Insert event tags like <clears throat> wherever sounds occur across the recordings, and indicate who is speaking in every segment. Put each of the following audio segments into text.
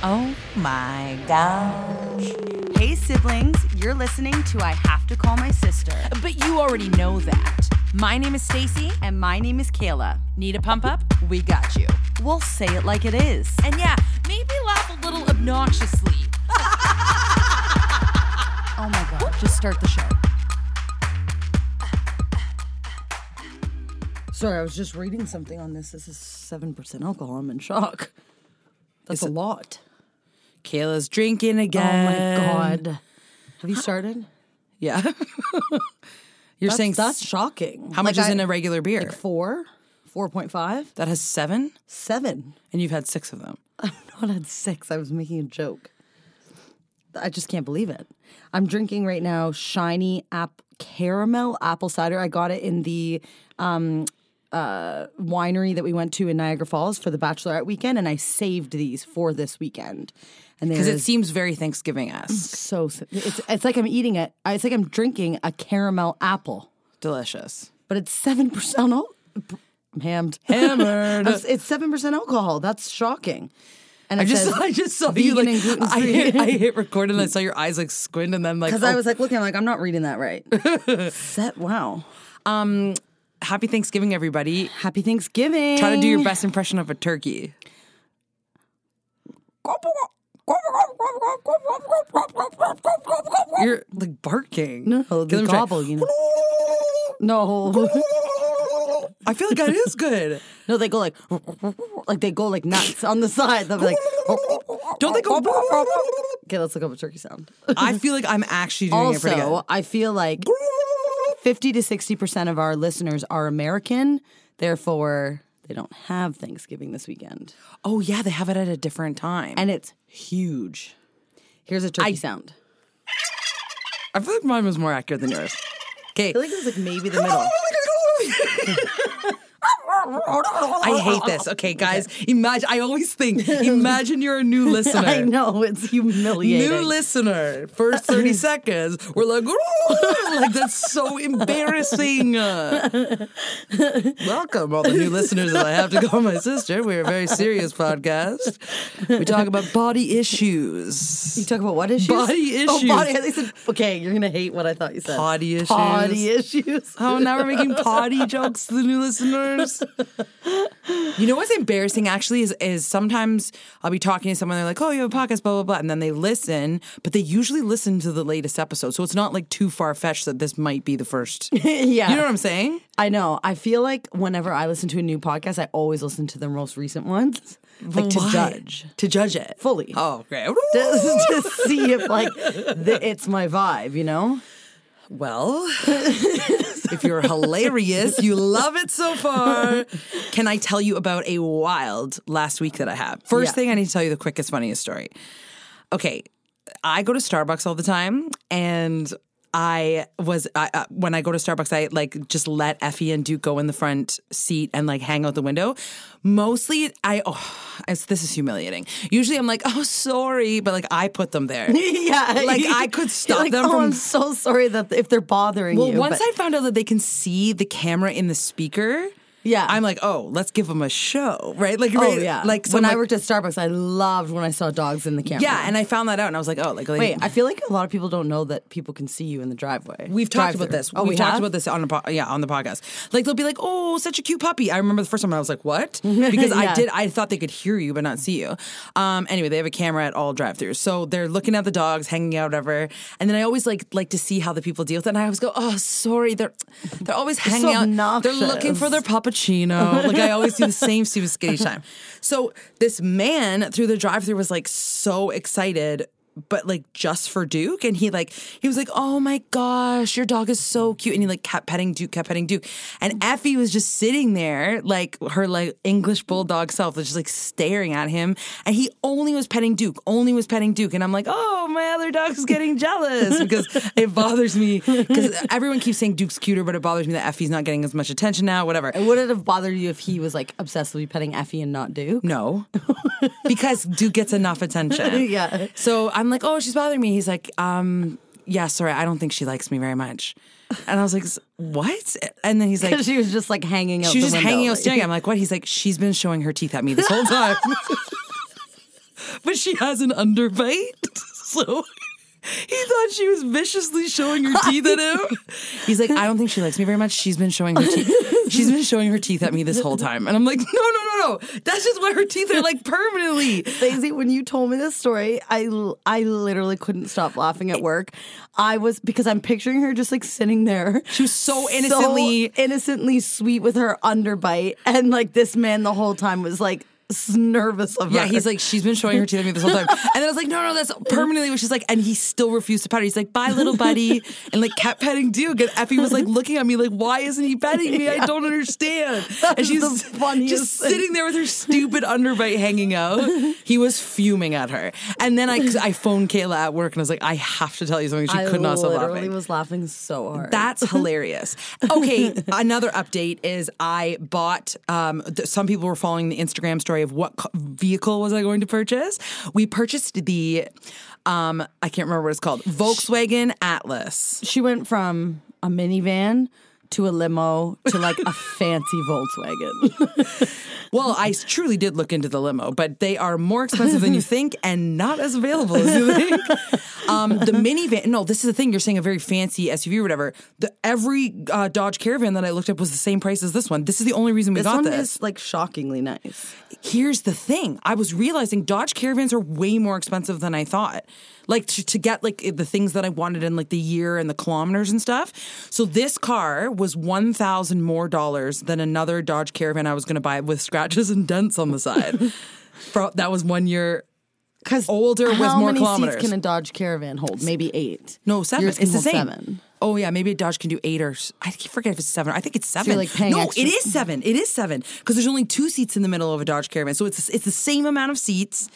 Speaker 1: Oh my gosh. Hey, siblings, you're listening to I Have to Call My Sister.
Speaker 2: But you already know that. My name is Stacy.
Speaker 1: And my name is Kayla.
Speaker 2: Need a pump up?
Speaker 1: We got you. We'll say it like it is.
Speaker 2: And yeah, maybe laugh a little obnoxiously.
Speaker 1: <laughs> Oh my God, just start the show. Sorry, I was just reading something on this. This is 7% alcohol. I'm in shock. That's a lot.
Speaker 2: Kayla's drinking again.
Speaker 1: Oh my God. Have you started?
Speaker 2: Yeah. <laughs> You're saying
Speaker 1: That's, that's
Speaker 2: s-
Speaker 1: shocking.
Speaker 2: how much
Speaker 1: Like
Speaker 2: is
Speaker 1: I-
Speaker 2: in a regular beer?
Speaker 1: Like four, 4.5,
Speaker 2: that has seven,
Speaker 1: seven. <laughs>
Speaker 2: and you've had six of them.
Speaker 1: I'm not at six. I was making a joke. I just can't believe it. I'm drinking right now shiny app caramel apple cider. I got it in the um, uh, winery that we went to in Niagara Falls for the bachelorette weekend, and I saved these for this weekend. And
Speaker 2: Because
Speaker 1: they're
Speaker 2: it seems very Thanksgiving esque.
Speaker 1: so si- it's it's like I'm eating it. It's like I'm drinking a caramel apple,
Speaker 2: Delicious.
Speaker 1: but it's seven percent. Al- I'm hammed.
Speaker 2: Hammered.
Speaker 1: I was- <laughs> it's seven percent alcohol. That's shocking. And
Speaker 2: I
Speaker 1: it
Speaker 2: just,
Speaker 1: says <laughs>
Speaker 2: <laughs> I just saw
Speaker 1: vegan
Speaker 2: you like
Speaker 1: and
Speaker 2: I
Speaker 1: gluten-free.
Speaker 2: hit, I hit
Speaker 1: <laughs>
Speaker 2: record and I saw your eyes like squint and then like
Speaker 1: Because
Speaker 2: oh,
Speaker 1: I was like looking, I'm like, I'm not reading that
Speaker 2: <laughs>
Speaker 1: right. Set, wow.
Speaker 2: um, happy Thanksgiving everybody.
Speaker 1: Happy Thanksgiving.
Speaker 2: Try to do your best impression of a turkey. You're like barking.
Speaker 1: No,
Speaker 2: Give
Speaker 1: the
Speaker 2: them a try.
Speaker 1: gobble, you know. No.
Speaker 2: I feel like that is good.
Speaker 1: <laughs> No, they go like, like they go like nuts on the side. They'll be like,
Speaker 2: Don't they go?
Speaker 1: okay, let's look up a turkey sound.
Speaker 2: <laughs> I feel like I'm actually doing it pretty good.
Speaker 1: Also, I feel like 50 to 60% of our listeners are American. Therefore, they don't have Thanksgiving this weekend.
Speaker 2: Oh yeah, they have it at a different time.
Speaker 1: And it's huge. Here's a turkey sound.
Speaker 2: I feel like mine was more accurate than yours. Okay.
Speaker 1: I feel like it was like maybe the <laughs> middle.
Speaker 2: I hate this. Okay, guys, imagine. I always think, imagine you're a new
Speaker 1: <laughs>
Speaker 2: listener.
Speaker 1: I know, it's humiliating.
Speaker 2: New listener,
Speaker 1: <laughs>
Speaker 2: first 30 seconds, we're like, "Ooh," like that's so embarrassing. Uh, Welcome, all the new listeners that I have to call my sister. We're a very serious podcast. We talk about body
Speaker 1: You
Speaker 2: issues.
Speaker 1: talk about what issues?
Speaker 2: Body
Speaker 1: <laughs> Oh,
Speaker 2: issues.
Speaker 1: body. They said, okay, you're gonna hate what I thought you said.
Speaker 2: Potty issues.
Speaker 1: Body issues.
Speaker 2: Oh, now we're making <laughs> potty jokes to the new listeners. You know what's embarrassing actually is is sometimes I'll be talking to someone, they're like, Oh, you have a podcast, blah, blah, blah. And then they listen, but they usually listen to the latest episode. So it's not like too far fetched that this might be the <laughs> first. You
Speaker 1: <laughs> yeah,
Speaker 2: know what I'm saying?
Speaker 1: I know. I feel like whenever I listen to a new podcast, I always listen to the most recent ones, like to
Speaker 2: Why?
Speaker 1: judge
Speaker 2: To judge it.
Speaker 1: fully,
Speaker 2: Oh, <laughs> okay.
Speaker 1: <laughs> just to see if like the, it's my vibe. You
Speaker 2: <laughs>
Speaker 1: know,
Speaker 2: Well, if you're hilarious, you love it so far. Can I tell you about a wild last week that I had? First
Speaker 1: Yeah.
Speaker 2: thing, I need to tell you the quickest, funniest story. Okay, I go to Starbucks all the time, and I was I, uh, when I go to Starbucks, I like just let Effie and Duke go in the front seat and like hang out the window. Mostly, I oh, it's, this is humiliating. Usually, I'm like, oh, sorry, but like I put them there.
Speaker 1: yeah.
Speaker 2: Like, I could
Speaker 1: <laughs>
Speaker 2: stop
Speaker 1: Like,
Speaker 2: them
Speaker 1: oh,
Speaker 2: from-
Speaker 1: I'm so sorry that if they're bothering
Speaker 2: Well,
Speaker 1: you.
Speaker 2: once
Speaker 1: but-
Speaker 2: I found out that they can see the camera in the speaker,
Speaker 1: Yeah.
Speaker 2: I'm like, oh, let's give them a show, right? Like,
Speaker 1: Oh
Speaker 2: right,
Speaker 1: yeah.
Speaker 2: like so
Speaker 1: when
Speaker 2: I'm
Speaker 1: I
Speaker 2: like-
Speaker 1: worked at Starbucks, I loved when I saw dogs in the camera.
Speaker 2: yeah, and I found that out, and I was like, oh, like, like
Speaker 1: Wait, I feel like a lot of people don't know that people can see you in the driveway.
Speaker 2: We've talked about
Speaker 1: Drive-thru.
Speaker 2: this.
Speaker 1: Oh,
Speaker 2: we've
Speaker 1: we
Speaker 2: talked
Speaker 1: have?
Speaker 2: about this on a po- yeah on the podcast. Like they'll be like, "Oh, such a cute puppy." I remember the first time I was
Speaker 1: <laughs>
Speaker 2: like, "What?" Because I
Speaker 1: Yeah.
Speaker 2: did. I thought they could hear you but not see you. Um. Anyway, they have a camera at all drive-throughs, so they're looking at the dogs, hanging out, whatever. And then I always like like to see how the people deal with it. And I always go, "Oh, sorry, they're they're always hanging out. They're looking for their puppuccino." like I always do the same stupid skinny time. So this man through the drive-through was like so excited but like just for Duke. And he like he was like, Oh my gosh, your dog is so cute. And he like kept petting Duke, kept petting Duke. And Effie was just sitting there, like her like English bulldog self was just like staring at him. And he only was petting Duke, only was petting Duke. And I'm like, Oh, my other dog's getting jealous because it bothers me. Because everyone keeps saying Duke's cuter, but it bothers me that Effie's not getting as much attention now, whatever.
Speaker 1: Would it have bothered you if he was like obsessively petting Effie and not Duke? <laughs>
Speaker 2: No, because Duke gets enough attention.
Speaker 1: Yeah.
Speaker 2: So I'm like, oh, she's bothering me. He's like, um, yeah, sorry, I don't think she likes me very much. And I was like, "S- what? And then he's like,
Speaker 1: she was just like hanging out.
Speaker 2: she was
Speaker 1: the
Speaker 2: just
Speaker 1: window,
Speaker 2: hanging out
Speaker 1: like-
Speaker 2: staring. at me. I'm like, what? He's like, she's been showing her teeth at me this whole time. <laughs> but she has an underbite. <laughs> So he thought she was viciously showing her teeth
Speaker 1: <laughs>
Speaker 2: at him. He's like, I don't think she likes me very much. She's been showing her teeth. She's been showing her teeth at me this whole time. And I'm like, no, no, no, no. That's just what her teeth are like permanently.
Speaker 1: <laughs> Daisy, when you told me this story, I l- I literally couldn't stop laughing at work. I was because I'm picturing her just like sitting there. She
Speaker 2: was so innocently-
Speaker 1: <laughs> innocently sweet with her underbite, and like this man the whole time was like s- nervous of
Speaker 2: Yeah,
Speaker 1: her.
Speaker 2: he's like, she's been showing her teeth at me
Speaker 1: <laughs>
Speaker 2: this whole time. And then I was like, no, no, that's permanently what she's like. And he still refused to pet her. He's like, bye,
Speaker 1: <laughs>
Speaker 2: little buddy. And like kept petting Duke. And Effie was like looking at me like, why isn't he petting me? I
Speaker 1: <laughs>
Speaker 2: don't understand.
Speaker 1: That
Speaker 2: and
Speaker 1: is
Speaker 2: she's
Speaker 1: the funniest
Speaker 2: just
Speaker 1: thing.
Speaker 2: sitting there with her stupid underbite hanging out. He was fuming at her. And then I, I phoned Kayla at work and I was like, I have to tell you something. She
Speaker 1: I
Speaker 2: could not stop laughing.
Speaker 1: literally was laughing so hard.
Speaker 2: <laughs> That's hilarious.
Speaker 1: <laughs>
Speaker 2: Okay, another update is I bought. Um, th- some people were following the Instagram story of what co- vehicle was I going to purchase. We purchased the, um, I can't remember what it's called, Volkswagen Atlas.
Speaker 1: she went from a minivan to a limo to like
Speaker 2: <laughs>
Speaker 1: a fancy Volkswagen.
Speaker 2: Well, I truly did look into the limo, but they are more
Speaker 1: <laughs>
Speaker 2: expensive than you think and not as available as you think. Um, the minivan, no, this is the thing. You're saying a very fancy SUV or whatever. The, every uh, Dodge Caravan that I looked up was the same price as this one. This is the only reason we
Speaker 1: This
Speaker 2: got
Speaker 1: one
Speaker 2: this.
Speaker 1: is like shockingly nice.
Speaker 2: Here's the thing. I was realizing Dodge Caravans are way more expensive than I thought. Like to, to get like the things that I wanted in like the year and the kilometers and stuff. So this car was one thousand more dollars than another Dodge Caravan I was going to buy with scratches and dents on
Speaker 1: <laughs>
Speaker 2: the side. Fro- that was one year.
Speaker 1: Because
Speaker 2: Older with
Speaker 1: how
Speaker 2: more
Speaker 1: many
Speaker 2: kilometers.
Speaker 1: Seats can a Dodge Caravan hold? Maybe eight.
Speaker 2: No, seven.
Speaker 1: Yours can
Speaker 2: it's the
Speaker 1: hold
Speaker 2: same.
Speaker 1: Seven.
Speaker 2: Oh yeah, maybe a Dodge can do eight or s- I keep forget if it's seven. I think it's seven.
Speaker 1: you're, like, paying
Speaker 2: no,
Speaker 1: extra-
Speaker 2: it is seven. It is seven because there's only two seats in the middle of a Dodge Caravan, so it's it's the same amount of seats.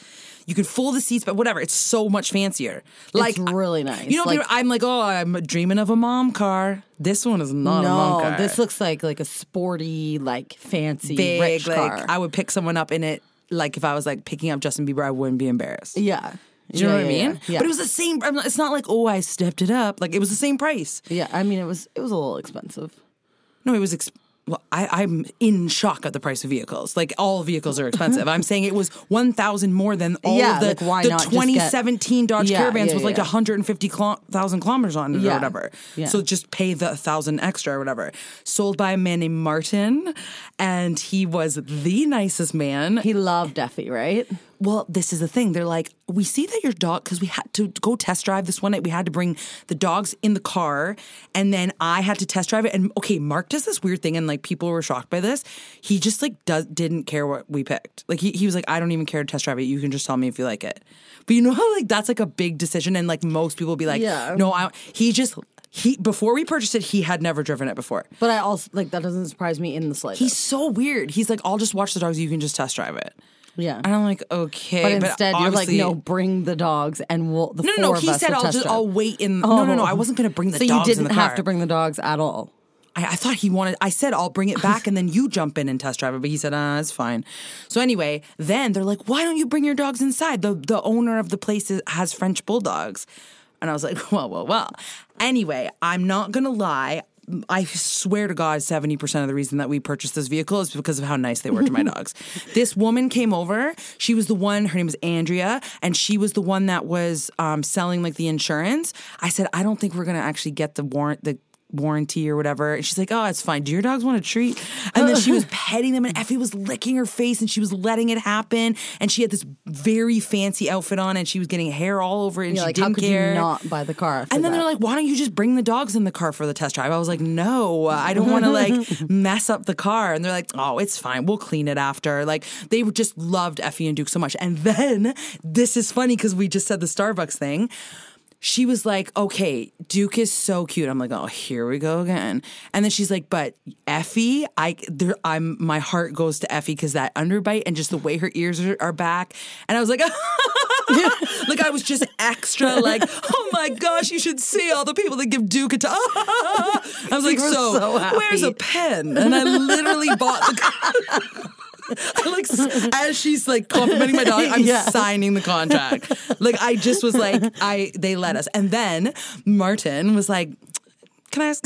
Speaker 2: You can fold the seats, but whatever. It's so much fancier. Like
Speaker 1: really nice.
Speaker 2: You know,
Speaker 1: Like-
Speaker 2: people- I'm like, oh, I'm dreaming of a mom car. This one is not a mom
Speaker 1: No,
Speaker 2: car.
Speaker 1: this looks like like a sporty, like fancy
Speaker 2: big.
Speaker 1: rich
Speaker 2: like
Speaker 1: car.
Speaker 2: I would pick someone up in it. Like if I was like picking up Justin Bieber, I wouldn't be embarrassed.
Speaker 1: yeah.
Speaker 2: Do you know
Speaker 1: Yeah,
Speaker 2: what
Speaker 1: yeah,
Speaker 2: I mean?
Speaker 1: Yeah.
Speaker 2: But it was the same. I'm not- It's not like oh, I stepped it up. Like it was the same price.
Speaker 1: yeah. I mean, it was it was a little expensive.
Speaker 2: No, it was. Exp- well, I, I'm in shock at the price of vehicles. Like all vehicles are expensive. I'm saying it was one thousand more than all
Speaker 1: Yeah,
Speaker 2: of the,
Speaker 1: like, why
Speaker 2: the
Speaker 1: not just get-
Speaker 2: 2017 Dodge
Speaker 1: Yeah,
Speaker 2: Caravans
Speaker 1: yeah,
Speaker 2: with like
Speaker 1: yeah.
Speaker 2: 150 kilo- thousand kilometers on it or
Speaker 1: Yeah,
Speaker 2: whatever.
Speaker 1: yeah.
Speaker 2: So just pay the thousand extra or whatever. Sold by a man named Martin, and he was the nicest man.
Speaker 1: He loved Effie, right?
Speaker 2: Well, this is the thing. They're like, we see that your dog, because we had to go test drive this one night. We had to bring the dogs in the car, and then I had to test drive it. And okay, Mark does this weird thing, and like people were shocked by this. He just like does, didn't care what we picked. Like he, he was like, I don't even care to test drive it. You can just tell me if you like it. But you know how like that's like a big decision, and like most people be like,
Speaker 1: Yeah.
Speaker 2: no, I. He just he before we purchased it, he had never driven it before.
Speaker 1: But I also like that doesn't surprise me in the slightest.
Speaker 2: He's so weird. He's like, I'll just watch the dogs. You can just test drive it.
Speaker 1: yeah.
Speaker 2: And I'm like, okay,
Speaker 1: but instead, you're like,
Speaker 2: Eh, obviously-
Speaker 1: no, bring the dogs, and we'll. The
Speaker 2: No, no,
Speaker 1: four
Speaker 2: no.
Speaker 1: of
Speaker 2: He
Speaker 1: us
Speaker 2: said
Speaker 1: will
Speaker 2: I'll
Speaker 1: test
Speaker 2: just
Speaker 1: drive."
Speaker 2: I'll wait in. No, no, no.
Speaker 1: Oh.
Speaker 2: I wasn't going to bring the
Speaker 1: so
Speaker 2: dogs
Speaker 1: you
Speaker 2: in
Speaker 1: didn't
Speaker 2: the car.
Speaker 1: have to bring the dogs at all.
Speaker 2: I, I thought he wanted. I said I'll bring it back, and then you jump in and test drive it. But he said, "Ah, it's fine." So anyway, then they're like, "Why don't you bring your dogs inside?" The the owner of the place is, <laughs> has French bulldogs, and I was like, "Well, well, well." Anyway, I'm not gonna lie. I swear to God, 70% of the reason that we purchased this vehicle is because of how nice they were to my dogs. This woman came over. She was the one, her name was Andrea, and she was the one that was um, selling like the insurance. I said, I don't think we're going to actually get the warrant, the warranty or whatever. And she's like, oh, it's fine. Do your dogs want a treat? And
Speaker 1: <laughs>
Speaker 2: then she was petting them, and Effie was licking her face and she was letting it happen. And she had this very fancy outfit on and she was getting hair all over it. And
Speaker 1: You're
Speaker 2: she
Speaker 1: like,
Speaker 2: didn't
Speaker 1: how could
Speaker 2: care.
Speaker 1: you not buy the car?
Speaker 2: And then they're like, why don't you just bring the dogs in the car for the test drive? I was like, no, I don't want to like mess up the car. And they're like, oh, it's fine. We'll clean it after. Like they were- just loved Effie and Duke so much. And then this is funny because we just said the Starbucks thing. She was like, okay, Duke is so cute. I'm like, oh, here we go again. And then she's like, but Effie, I, there, I'm, my heart goes to Effie because that underbite and just the way her ears are, are back. And I was like, <laughs> like I was just extra, like, oh my gosh, you should see all the people that give Duke a t- <laughs> I was like,
Speaker 1: were
Speaker 2: so,
Speaker 1: so happy.
Speaker 2: where's a pen? And I literally bought the. I <laughs> like s- as she's like complimenting my dog,
Speaker 1: <laughs>
Speaker 2: I'm
Speaker 1: Yeah.
Speaker 2: signing the contract. Like I just was like, I they let us, and then Martin was like, "Can I ask?"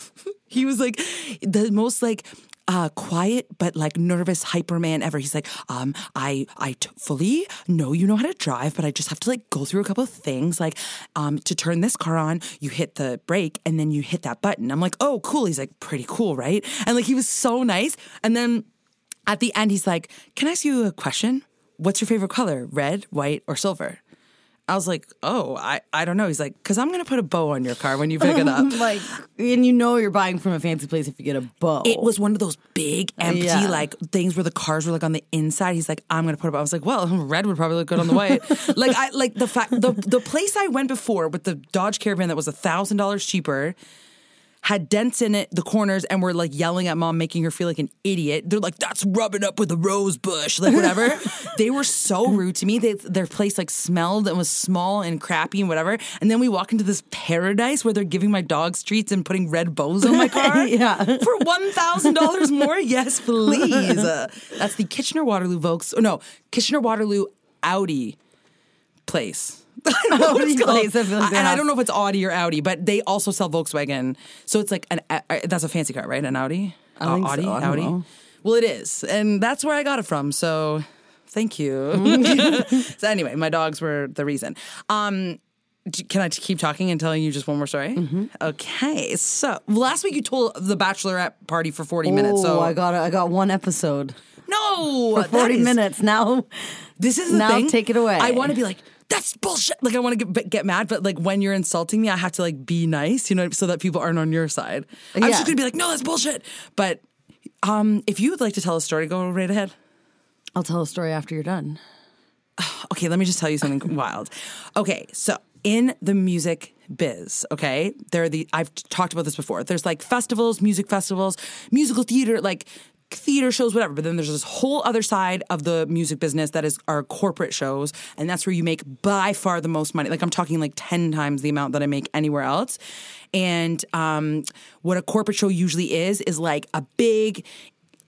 Speaker 2: <laughs> he was like the most like uh, quiet but like nervous hyper man ever. He's like, um, I I t- fully know you know how to drive, but I just have to like go through a couple of things. Like, um, to turn this car on, you hit the brake and then you hit that button. I'm like, oh, cool. He's like, pretty cool, right? And like he was so nice. And then at the end, he's like, Can I ask you a question? What's your favorite color, red, white, or silver? I was like, Oh, I, I don't know. He's like, Because I'm going to put a bow on your car when you pick it
Speaker 1: <laughs>
Speaker 2: up.
Speaker 1: like, and you know you're buying from a fancy place if you get a bow.
Speaker 2: It was one of those big, empty,
Speaker 1: Yeah.
Speaker 2: like things where the cars were like on the inside. He's like, I'm gonna put up. I was like, well, <laughs> red would probably look good on the white. like I like the fact the the place I went before with the Dodge Caravan that was a thousand dollars cheaper had dents in it, the corners, and were like yelling at mom, making her feel like an idiot. They're like, "That's rubbing up with a rose bush," like whatever.
Speaker 1: <laughs>
Speaker 2: they were so rude to me. They, their place like smelled and was small and crappy and whatever. And then we walk into this paradise where they're giving my dogs treats and putting red bows on my
Speaker 1: <laughs>
Speaker 2: car.
Speaker 1: Yeah.
Speaker 2: for one thousand dollars more. Yes, please. Uh, that's the Kitchener Waterloo Volks. Oh no, Kitchener Waterloo Audi place. <laughs> I don't know what it's
Speaker 1: Audi
Speaker 2: called.
Speaker 1: place, I feel like
Speaker 2: I-
Speaker 1: they
Speaker 2: and I
Speaker 1: have.
Speaker 2: don't know if it's Audi or Audi, but they also sell Volkswagen. So it's like an uh, uh, that's a fancy car, right? An Audi,
Speaker 1: I think so.
Speaker 2: Audi,
Speaker 1: I don't
Speaker 2: Audi.
Speaker 1: know.
Speaker 2: Well, it is, and that's where I got it from. So
Speaker 1: <laughs>
Speaker 2: thank you. so anyway, my dogs were the reason. Um, d- can I t- keep talking and telling you just one more story?
Speaker 1: Mm-hmm.
Speaker 2: Okay. So last week you told the bachelorette party for forty minutes. So
Speaker 1: Oh, I got I got one episode
Speaker 2: no
Speaker 1: for
Speaker 2: that
Speaker 1: forty
Speaker 2: is-
Speaker 1: minutes now.
Speaker 2: This is the
Speaker 1: Now
Speaker 2: thing.
Speaker 1: take it away.
Speaker 2: I want to be like. That's bullshit. Like I want to get, get mad, but like when you're insulting me, I have to like be nice, you know, so that people aren't on your side. I was
Speaker 1: Yeah.
Speaker 2: just gonna be like, no, that's bullshit. But um, if you would like to tell a story, go right ahead.
Speaker 1: I'll tell a story after you're done.
Speaker 2: okay, let me just tell you something wild. Okay, so in the music biz, okay, there are the I've talked about this before. There's like festivals, music festivals, musical theater, like theater shows, whatever. But then there's this whole other side of the music business that is our corporate shows, and that's where you make by far the most money. Like I'm talking like ten times the amount that I make anywhere else. And um, what a corporate show usually is is like a big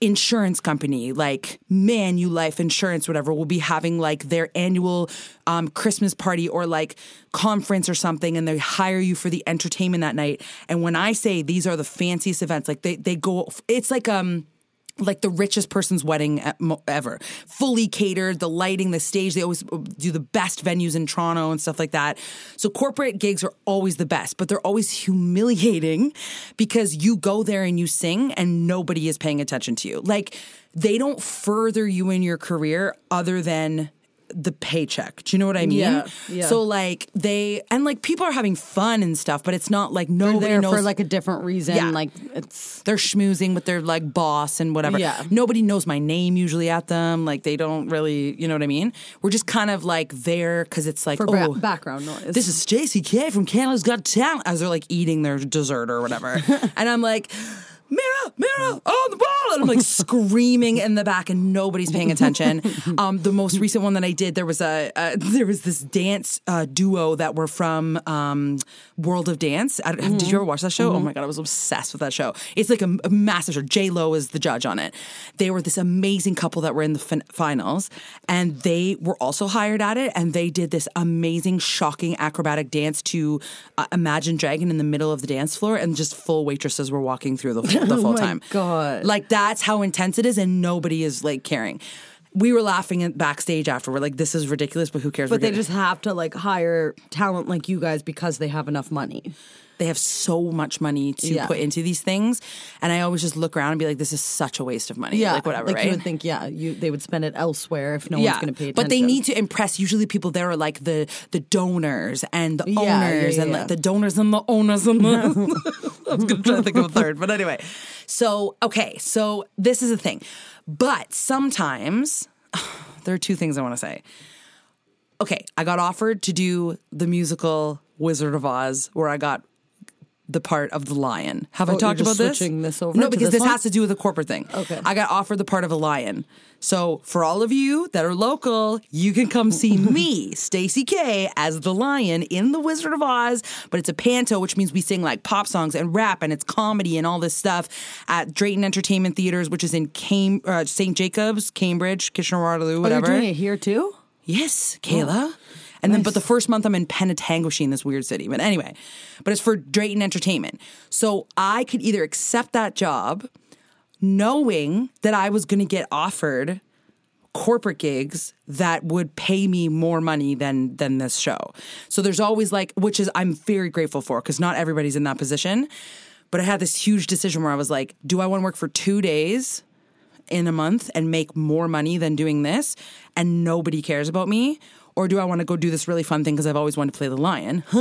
Speaker 2: insurance company like manulife insurance whatever will be having like their annual um, christmas party or like conference or something and they hire you for the entertainment that night and when i say these are the fanciest events like they, they go it's like um like the richest person's wedding e- mo- ever. Fully catered, the lighting, the stage. They always uh, do the best venues in Toronto and stuff like that. So corporate gigs are always the best, but they're always <laughs> humiliating because you go there and you sing and nobody is paying attention to you. Like they don't further you in your career other than the paycheck. Do you know what I mean?
Speaker 1: Yeah, yeah.
Speaker 2: So like they and like people are having fun and stuff, but it's not like
Speaker 1: We're
Speaker 2: nobody
Speaker 1: there
Speaker 2: knows
Speaker 1: for like a different reason.
Speaker 2: Yeah.
Speaker 1: Like it's
Speaker 2: they're schmoozing with their like boss and whatever.
Speaker 1: Yeah.
Speaker 2: Nobody knows my name usually at them. Like they don't really, you know what I mean? We're just kind of like there because it's like
Speaker 1: for bra-
Speaker 2: oh,
Speaker 1: background noise.
Speaker 2: This
Speaker 1: <laughs>
Speaker 2: is JCK from Canada's Got Talent as they're like eating their dessert or whatever. and I'm like, mirror, mirror on the wall. And I'm like screaming in the back and nobody's paying
Speaker 1: <laughs>
Speaker 2: attention. Um, the most recent one that I did, there was a, uh, there was this dance uh, duo that were from um, World of Dance. I, don't Did you ever
Speaker 1: Mm-hmm.
Speaker 2: watch that show? Oh my God, I was obsessed with that show. It's like a, a massive show. J-Lo is the judge on it. They were this amazing couple that were in the fin- finals and they were also hired at it and they did this amazing, shocking acrobatic dance to uh, Imagine Dragon in the middle of the dance floor and just full waitresses were walking through
Speaker 1: <laughs>
Speaker 2: the, the full
Speaker 1: Oh my
Speaker 2: time.
Speaker 1: God.
Speaker 2: Like that's how intense it is and nobody is like caring. We were laughing at backstage after. We're like, this is ridiculous, but who cares?
Speaker 1: But
Speaker 2: We're
Speaker 1: they
Speaker 2: good.
Speaker 1: just have to like hire talent like you guys because they have enough money.
Speaker 2: they have so much money to
Speaker 1: Yeah.
Speaker 2: put into these things. And I always just look around and be like, this is such a waste of money. Like whatever,
Speaker 1: Like
Speaker 2: right?
Speaker 1: you would think, yeah, you they would spend it elsewhere if no one's going to pay attention.
Speaker 2: But they need to impress. Usually, people there are like the the donors and the
Speaker 1: Yeah, yeah,
Speaker 2: owners and
Speaker 1: yeah.
Speaker 2: like the donors and the owners and the.
Speaker 1: <laughs>
Speaker 2: <laughs> I was going to try to think of a third, but anyway. So okay, so this is a thing, but sometimes <sighs> there are two things I want to say. Okay, I got offered to do the musical Wizard of Oz, where I got the part of the lion. Have I
Speaker 1: Oh, you're
Speaker 2: talked
Speaker 1: just
Speaker 2: about this?
Speaker 1: switching this over
Speaker 2: no,
Speaker 1: to
Speaker 2: because
Speaker 1: this
Speaker 2: this
Speaker 1: one?
Speaker 2: has to do with the corporate thing.
Speaker 1: Okay.
Speaker 2: I got offered the part of a lion. So for all of you that are local, you can come
Speaker 1: <laughs>
Speaker 2: see me, Stacey K, as the lion in The Wizard of Oz. But it's a panto, which means we sing like pop songs and rap, and it's comedy and all this stuff at Drayton Entertainment Theaters, which is in Cam- uh, St. Jacobs, Cambridge, Kitchener-Waterloo,
Speaker 1: Are you
Speaker 2: whatever.
Speaker 1: Oh, doing it here too?
Speaker 2: Yes, Kayla. And then, but the first month I'm in Penatanguishene, this weird city. But anyway, but it's for Drayton Entertainment. So I could either accept that job knowing that I was going to get offered corporate gigs that would pay me more money than than this show. So there's always like which is I'm very grateful for cuz not everybody's in that position. But I had this huge decision where I was like, do I want to work for 2 days in a month and make more money than doing this and nobody cares about me? Or do I want to go do this really fun thing because I've always wanted to play the lion <laughs>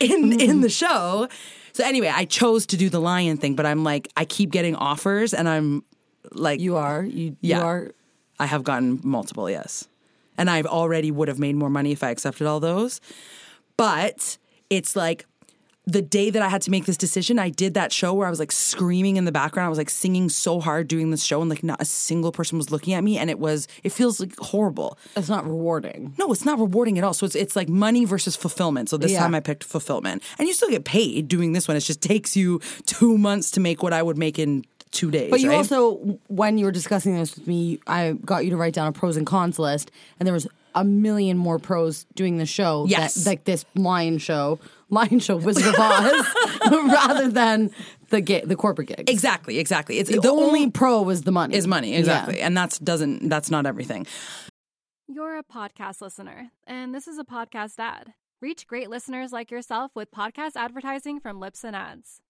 Speaker 2: in in the show? So anyway, I chose to do the lion thing, but I'm like I keep getting offers and I'm like
Speaker 1: You are. You,
Speaker 2: Yeah.
Speaker 1: you are.
Speaker 2: I have gotten multiple, yes. And I've already would have made more money if I accepted all those. But it's like the day that I had to make this decision, I did that show where I was like screaming in the background. I was like singing so hard doing this show, and like not a single person was looking at me. And it was, it feels like horrible.
Speaker 1: That's not rewarding.
Speaker 2: No, it's not rewarding at all. So it's it's like money versus fulfillment. So this
Speaker 1: Yeah.
Speaker 2: time I picked fulfillment, and you still get paid doing this one. It just takes you two months to make what I would make in two days.
Speaker 1: But you
Speaker 2: right?
Speaker 1: also, when you were discussing this with me, I got you to write down a pros and cons list, and there was a million more pros doing the show. that-
Speaker 2: Yes.
Speaker 1: like this lion show, lion show, Wizard of Oz, <laughs> rather than the ga- the corporate gig.
Speaker 2: exactly, exactly. It's
Speaker 1: The only pro was the money.
Speaker 2: is money
Speaker 1: Yeah.
Speaker 2: exactly and that's doesn't that's not everything
Speaker 3: You're a podcast listener, and this is a podcast ad. Reach great listeners like yourself with podcast advertising from Lips and Ads.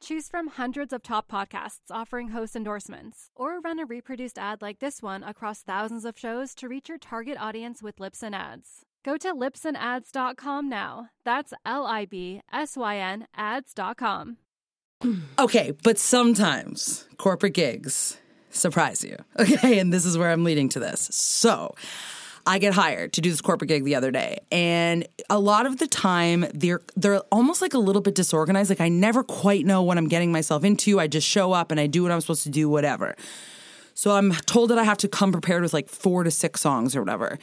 Speaker 3: Choose from hundreds of top podcasts offering host endorsements, or run a reproduced ad like this one across thousands of shows to reach your target audience with Lips and Ads. Go to lipsandads.com now. That's L I B S Y N ads.com.
Speaker 2: okay but sometimes corporate gigs surprise you <laughs> okay and this is where i'm leading to this so i get hired to do this corporate gig the other day and a lot of the time they're they're almost like a little bit disorganized like i never quite know what i'm getting myself into i just show up and i do what i'm supposed to do whatever So I'm told that I have to come prepared with like four to six songs or whatever.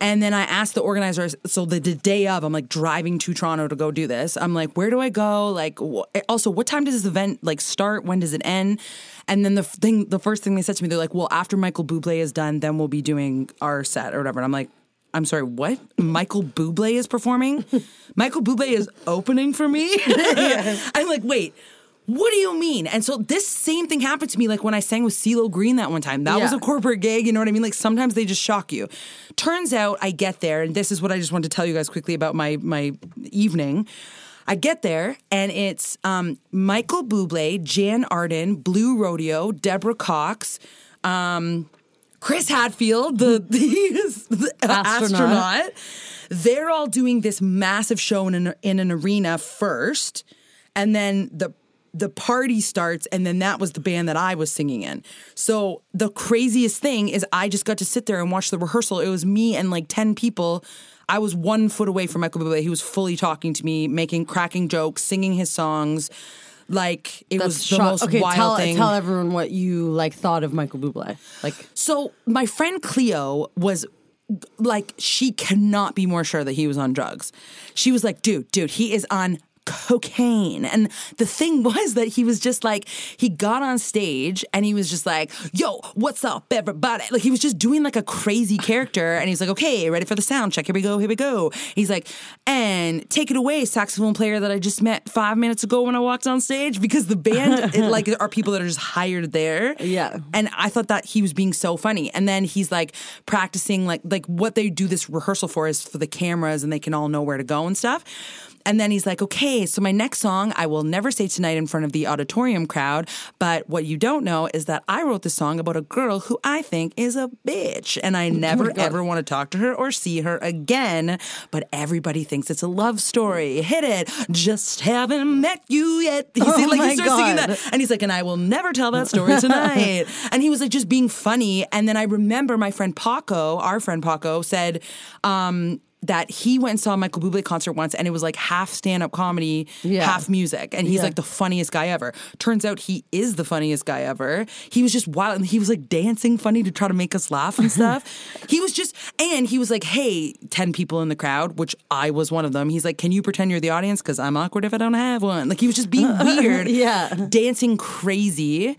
Speaker 2: And then I asked the organizer, so the, the day of, I'm like driving to Toronto to go do this. I'm like, where do I go? Like, wh- also, what time does this event like start? When does it end? And then the f- thing, the first thing they said to me, they're like, well, after Michael Bublé is done, then we'll be doing our set or whatever. And I'm like, I'm sorry, what? Michael Bublé <laughs> is performing? Michael Bublé is opening for me? I'm like, wait, What do you mean? And so this same thing happened to me like when I sang with CeeLo Green that one time. That was
Speaker 1: Yeah.
Speaker 2: a corporate gig, you know what I mean? Like sometimes they just shock you. Turns out I get there, and this is what I just wanted to tell you guys quickly about my my evening. I get there and it's um, Michael Bublé, Jan Arden, Blue Rodeo, Deborah Cox, um, Chris Hadfield, the, <laughs> the
Speaker 1: Astronaut.
Speaker 2: astronaut not. They're all doing this massive show in an, in an arena first, and then the the party starts, and then that was the band that I was singing in. So the craziest thing is, I just got to sit there and watch the rehearsal. It was me and like ten people. I was one foot away from Michael Bublé. He was fully talking to me, making cracking jokes, singing his songs. Like it was the
Speaker 1: shock-
Speaker 2: most
Speaker 1: okay,
Speaker 2: wild
Speaker 1: tell,
Speaker 2: thing.
Speaker 1: Tell everyone what you like thought of Michael Bublé. Like,
Speaker 2: So my friend Cleo was like, she cannot be more sure that he was on drugs. She was like, dude, dude, he is on cocaine. And the thing <laughs> was that he was just like, he got on stage and he was just like, yo, what's up, everybody? Like he was just doing like a crazy character. And he's like, okay, ready for the sound check. Here we go, here we go. He's like, and take it away, saxophone player that I just met five minutes ago when I walked on stage because the band, it, like, are people that are just hired there.
Speaker 1: Yeah.
Speaker 2: And I thought that he was being so funny. And then he's like practicing like like what they do this rehearsal for is for the cameras and they can all know where to go and stuff. And then he's like, okay, so my next song I will never say tonight in front of the auditorium crowd. But what you don't know is that I wrote this song about a girl who I think is a bitch. And
Speaker 1: Oh
Speaker 2: I never ever want to talk to her or see her again. But everybody thinks it's a love story. Hit it. Just haven't met you yet. He's
Speaker 1: Oh
Speaker 2: like
Speaker 1: my
Speaker 2: he starts singing
Speaker 1: God.
Speaker 2: that. <laughs> And he's like, and I will never tell that story
Speaker 1: <laughs>
Speaker 2: tonight. and he was like just being funny. And then I remember my friend Paco, our friend Paco, said um, that he went and saw a Michael Bublé concert once, and it was like half stand up comedy,
Speaker 1: Yeah.
Speaker 2: half music. And he's
Speaker 1: Yeah.
Speaker 2: like the funniest guy ever. Turns out he is the funniest guy ever. He was just wild, and he was like dancing funny to try to make us laugh
Speaker 1: <laughs>
Speaker 2: and stuff. he was just, and he was like, "Hey, ten people in the crowd," which I was one of them. He's like, "Can you pretend you're the audience? Because I'm awkward if I don't have one." Like he was just
Speaker 1: <laughs>
Speaker 2: being weird
Speaker 1: Yeah.
Speaker 2: dancing crazy,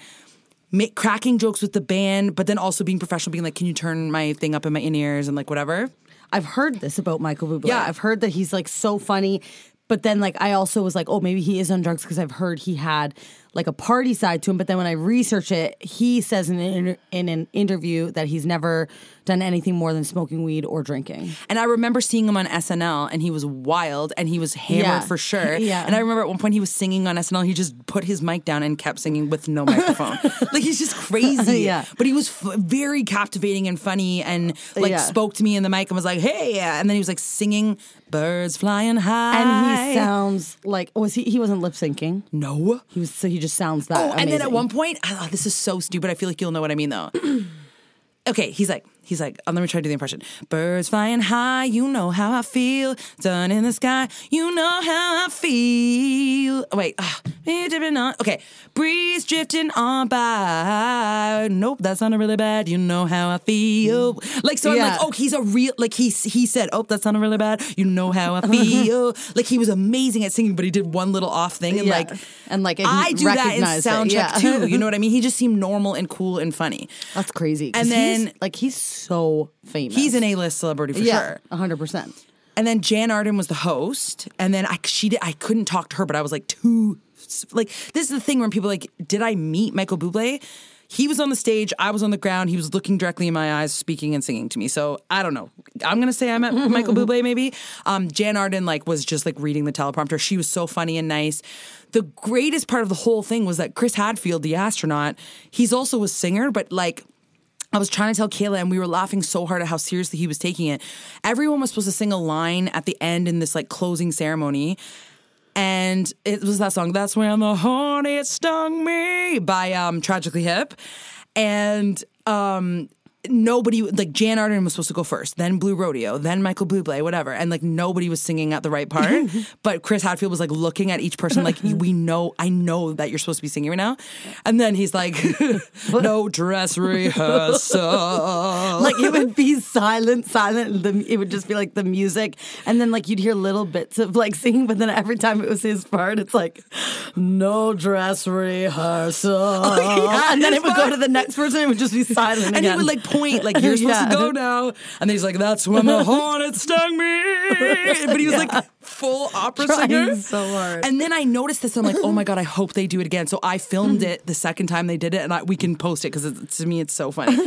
Speaker 2: ma- cracking jokes with the band, but then also being professional, being like, "Can you turn my thing up in my in ears and like whatever."
Speaker 1: I've heard this about Michael Bublé.
Speaker 2: Yeah.
Speaker 1: I've heard that he's like so funny. But then, like, I also was like, oh, maybe he is on drugs because I've heard he had like a party side to him. But then when I research it, he says in an, inter- in an interview that he's never done anything more than smoking weed or drinking.
Speaker 2: And I remember seeing him on SNL, and he was wild, and he was hammered
Speaker 1: Yeah.
Speaker 2: for
Speaker 1: <laughs>
Speaker 2: sure.
Speaker 1: Yeah.
Speaker 2: And I remember at one point he was singing on SNL. He just put his mic down and kept singing with
Speaker 1: <laughs>
Speaker 2: no microphone. <laughs> like he's just crazy.
Speaker 1: Yeah.
Speaker 2: But he was f- very captivating and funny, and like
Speaker 1: Yeah.
Speaker 2: spoke to me in the mic and was like, "Hey," yeah. and then he was like singing "Birds Flying High,"
Speaker 1: And he sounds like was he? He wasn't lip syncing.
Speaker 2: no.
Speaker 1: He was so he just sounds that.
Speaker 2: Oh, and then at
Speaker 1: amazing.
Speaker 2: one point, oh, this is so stupid. I feel like you'll know what I mean though. <clears throat> okay, he's like, he's like, oh, let me try to do the impression. Birds flying high, you know how I feel. Done in the sky, you know how I feel. Oh, wait, ah, me dipping on. Okay, breeze drifting on by. Nope, that sounded really bad. You know how I feel. Like so, I'm
Speaker 1: Yeah.
Speaker 2: like, oh, he's a real. Like he he said, oh, that sounded really bad. You know how I
Speaker 1: <laughs>
Speaker 2: feel. like he was amazing at singing, but he did one little off thing and
Speaker 1: Yeah.
Speaker 2: like
Speaker 1: And, like, he
Speaker 2: I do that in
Speaker 1: recognized it,
Speaker 2: soundcheck
Speaker 1: yeah.
Speaker 2: too.
Speaker 1: <laughs>
Speaker 2: You know what I mean? He just seemed normal and cool and funny.
Speaker 1: that's crazy. 'cause
Speaker 2: And
Speaker 1: he's-
Speaker 2: then-
Speaker 1: like he's so famous.
Speaker 2: He's an A-list celebrity for
Speaker 1: yeah,
Speaker 2: sure.
Speaker 1: hundred percent.
Speaker 2: And then Jan Arden was the host, and then I she did, I couldn't talk to her, but I was like too like this is the thing when people are like did I meet Michael Bublé? He was on the stage, I was on the ground, he was looking directly in my eyes, speaking and singing to me. So I don't know. I'm gonna say I met Michael Bublé maybe. Um, Jan Arden like was just like reading the teleprompter. She was so funny and nice. The greatest part of the whole thing was that Chris Hadfield, the astronaut, he's also a singer, but like I was trying to tell Kayla, and we were laughing so hard at how seriously he was taking it. Everyone was supposed to sing a line at the end in this like closing ceremony. And it was that song, That's When the Hornet Stung Me by um, Tragically Hip. And um, nobody, like Jan Arden was supposed to go first, then Blue Rodeo, then Michael Bublé, whatever. And like nobody was singing at the right part. but Chris Hadfield was like looking at each person, like, we know, I know that you're supposed to be singing right now. And then he's like, <laughs> no dress rehearsal.
Speaker 1: <laughs> Like it would be silent, silent. And the, it would just be like the music, and then like you'd hear little bits of like singing, but then every time it was his part, it's like no dress rehearsal,
Speaker 2: yeah,
Speaker 1: and then
Speaker 2: <laughs> his
Speaker 1: it would go <laughs>
Speaker 2: part. <laughs>
Speaker 1: to the next person. It would just be silent,
Speaker 2: and
Speaker 1: again.
Speaker 2: he would like point. Like you're supposed
Speaker 1: Yeah.
Speaker 2: to go now, and he's like, "That's when the hornet
Speaker 1: <laughs>
Speaker 2: stung me." But he was like full opera
Speaker 1: Trying
Speaker 2: singer,
Speaker 1: so hard.
Speaker 2: And then I noticed this. And I'm like, "Oh my god! I hope they do it again." So I filmed
Speaker 1: Mm.
Speaker 2: it the second time they did it, and I, we can post it because to me it's
Speaker 1: <laughs>
Speaker 2: so funny.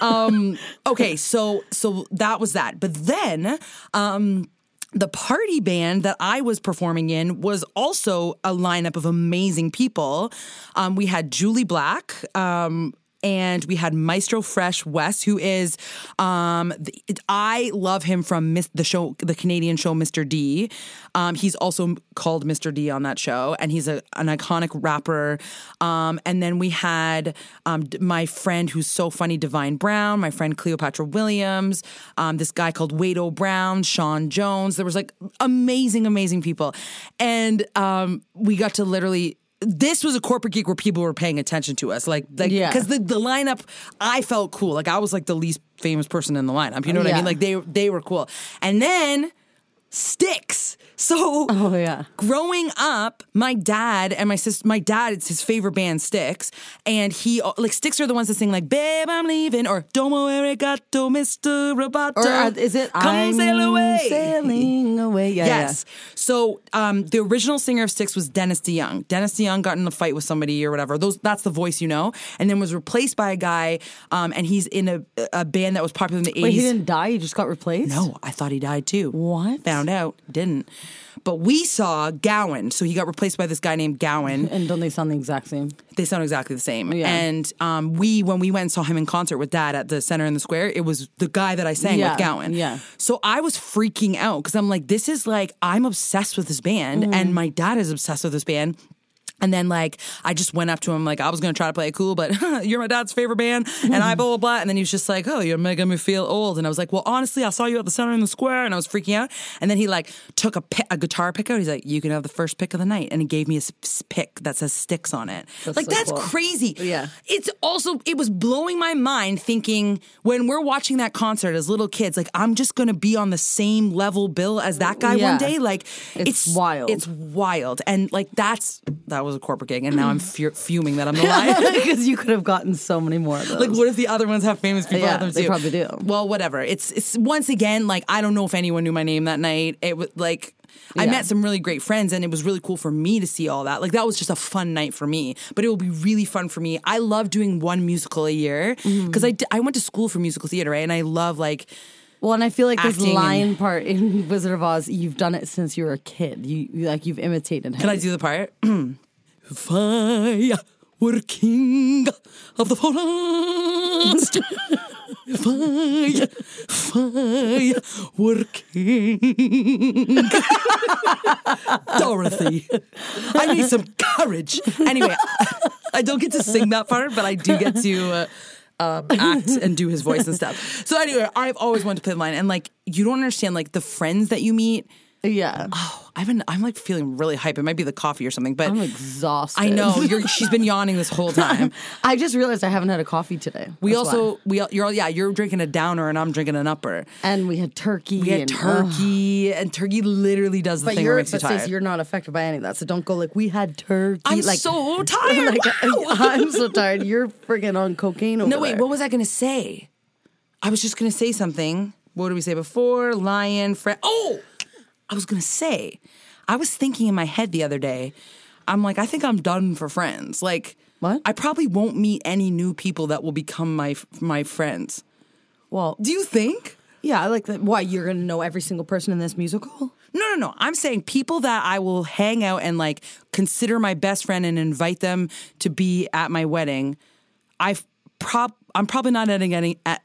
Speaker 2: um, okay, so so that was that. But then. Um, the party band that I was performing in was also a lineup of amazing people. Um, we had Julie Black. Um, and we had Maestro Fresh West, who is, um, the, I love him from Miss, the show, the Canadian show, Mr. D. Um, he's also called Mr. D on that show, and he's a, an iconic rapper. Um, and then we had um, d- my friend who's so funny, Divine Brown, my friend Cleopatra Williams, um, this guy called Wade O. Brown, Sean Jones. There was like amazing, amazing people. And um, we got to literally, this was a corporate gig where people were paying attention to us. Like, like,
Speaker 1: Yeah.
Speaker 2: because the, the lineup, I felt cool. Like, I was like the least famous person in the lineup. You know what I
Speaker 1: Yeah.
Speaker 2: mean? Like, they, they were cool. And then sticks. So,
Speaker 1: Oh, yeah.
Speaker 2: growing up, my dad and my sister, my dad, it's his favorite band, Sticks. And he, like, Sticks are the ones that sing, like, Babe, I'm leaving, or Domo Arigato, Mr. Roboto.
Speaker 1: Or uh, is it
Speaker 2: Come
Speaker 1: I'm
Speaker 2: Sail Away? <laughs>
Speaker 1: Sailing away. Yeah,
Speaker 2: Yes. So um, the original singer of Six was Dennis DeYoung. Dennis DeYoung got in a fight with somebody or whatever. Those that's the voice you know, and then was replaced by a guy, um, and he's in a, a band that was popular in the
Speaker 1: yeah. Wait, he
Speaker 2: eighties.
Speaker 1: didn't die. He just got replaced.
Speaker 2: No, I thought he died too.
Speaker 1: What?
Speaker 2: Found out, didn't. But we saw Gowan, so he got replaced by this guy named Gowan
Speaker 1: <laughs> And don't they sound the exact same?
Speaker 2: <laughs> they sound exactly the same.
Speaker 1: Yeah.
Speaker 2: And um, we, when we went and saw him in concert with Dad at the Center in the Square, it was the guy that I sang
Speaker 1: Yeah,
Speaker 2: with, Gowan.
Speaker 1: yeah.
Speaker 2: So I was freaking out because I'm like, this is like, I'm obsessed with this band,
Speaker 1: Mm.
Speaker 2: and my dad is obsessed with this band. And then, like, I just went up to him, like, I was gonna try to play it cool, but <laughs> you're my dad's favorite band, and
Speaker 1: Mm.
Speaker 2: I blah blah blah. And then he was just like, "Oh, you're making me feel old." And I was like, "Well, honestly, I saw you at the center in the square," and I was freaking out. And then he like took a, pi- a guitar pick out. He's like, "You can have the first pick of the night," and he gave me a s- s- pick that says "Sticks" on it. like
Speaker 1: so
Speaker 2: that's
Speaker 1: cool.
Speaker 2: crazy.
Speaker 1: Yeah.
Speaker 2: It's also it was blowing my mind thinking when we're watching that concert as little kids, like I'm just gonna be on the same level bill as that guy one
Speaker 1: Yeah.
Speaker 2: day. Like
Speaker 1: It's wild.
Speaker 2: It's wild. And like that's that was a corporate gig, and now
Speaker 1: <clears throat>
Speaker 2: I'm fu- fuming that I'm
Speaker 1: <laughs>
Speaker 2: the lion.
Speaker 1: Because you could have gotten so many more of those.
Speaker 2: Like, what if the other ones have famous people?
Speaker 1: Yeah,
Speaker 2: on them
Speaker 1: they
Speaker 2: too?
Speaker 1: probably do.
Speaker 2: Well, whatever. It's it's once again like I don't know if anyone knew my name that night. It was like I
Speaker 1: Yeah.
Speaker 2: met some really great friends, and it was really cool for me to see all that. Like that was just a fun night for me, but it will be really fun for me. I love doing one musical a year
Speaker 1: Mm-hmm.
Speaker 2: because I d- I went to school for musical theater, right? And I love like
Speaker 1: Well, and I feel like this
Speaker 2: Acting and-
Speaker 1: lion part in <laughs> Wizard of Oz, you've done it since you were a kid. You, you like you've imitated him.
Speaker 2: Can I do the part? <clears throat> if I were king of the <laughs> forest, if I, if I were king, <laughs> Dorothy, I need some courage. Anyway, I don't get to sing that part, but I do get to. Uh, um, act and do his voice and stuff. So anyway, I've always wanted to play the line, and like you don't understand, like the friends that you meet,
Speaker 1: yeah,
Speaker 2: Oh, I've been, I'm like feeling really hype. It might be the coffee or something, but
Speaker 1: I'm exhausted.
Speaker 2: I
Speaker 1: <laughs>
Speaker 2: know you're, she's been yawning this whole time.
Speaker 1: I just realized I haven't had a coffee today.
Speaker 2: We
Speaker 1: That's
Speaker 2: also,
Speaker 1: why.
Speaker 2: we all you're yeah, you're drinking a downer and I'm drinking an upper.
Speaker 1: and we had turkey.
Speaker 2: We had
Speaker 1: and, ugh.
Speaker 2: turkey, and turkey literally does the
Speaker 1: But
Speaker 2: thing that
Speaker 1: you're,
Speaker 2: makes you
Speaker 1: but Stacey,
Speaker 2: tired.
Speaker 1: you're not affected by any of that, so don't go like we had turkey.
Speaker 2: I'm
Speaker 1: like, <laughs>
Speaker 2: so tired. Wow.
Speaker 1: I'm so tired. You're friggin' on cocaine. Over
Speaker 2: no, wait,
Speaker 1: there.
Speaker 2: what was I gonna say? I was just gonna say something. What did we say before? Lion, friend. Oh, I was gonna say. I was thinking in my head the other day. I'm like, I think I'm done for friends. Like,
Speaker 1: What?
Speaker 2: I probably won't meet any new people that will become my my friends.
Speaker 1: Well,
Speaker 2: Do you think?
Speaker 1: yeah, I like that. Why you're gonna know every single person in this musical?
Speaker 2: No, no, no. I'm saying people that I will hang out and like consider my best friend and invite them to be at my wedding. I've prob I'm probably not adding any at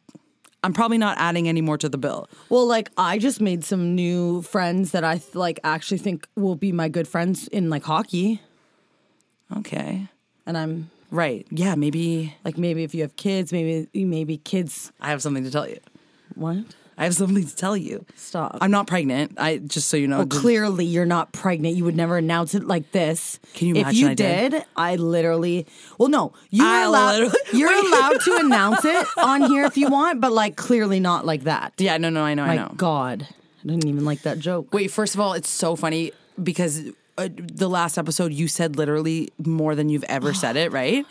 Speaker 2: I'm probably not adding any more to the bill.
Speaker 1: Well, like I just made some new friends that I th- like actually think will be my good friends in like hockey,
Speaker 2: Okay.
Speaker 1: and I'm
Speaker 2: Right. Yeah, maybe
Speaker 1: like maybe if you have kids, maybe maybe kids.
Speaker 2: I have something to tell you.
Speaker 1: What?
Speaker 2: I have something to tell you.
Speaker 1: Stop.
Speaker 2: I'm not pregnant. I just so you know.
Speaker 1: Well,
Speaker 2: the-
Speaker 1: clearly you're not pregnant. You would never announce it like this.
Speaker 2: Can you
Speaker 1: If
Speaker 2: imagine
Speaker 1: you
Speaker 2: I did?
Speaker 1: did, I literally. Well, no, you
Speaker 2: I
Speaker 1: are allowed.
Speaker 2: literally- <laughs>
Speaker 1: You're
Speaker 2: Wait.
Speaker 1: allowed to announce it on here if you want, but like clearly not like that.
Speaker 2: yeah, no, no, I know, <laughs> I
Speaker 1: My
Speaker 2: know.
Speaker 1: God, I didn't even like that joke.
Speaker 2: Wait, first of all, it's so funny because uh,
Speaker 1: <sighs>
Speaker 2: the last episode you said literally more than you've ever said it, right?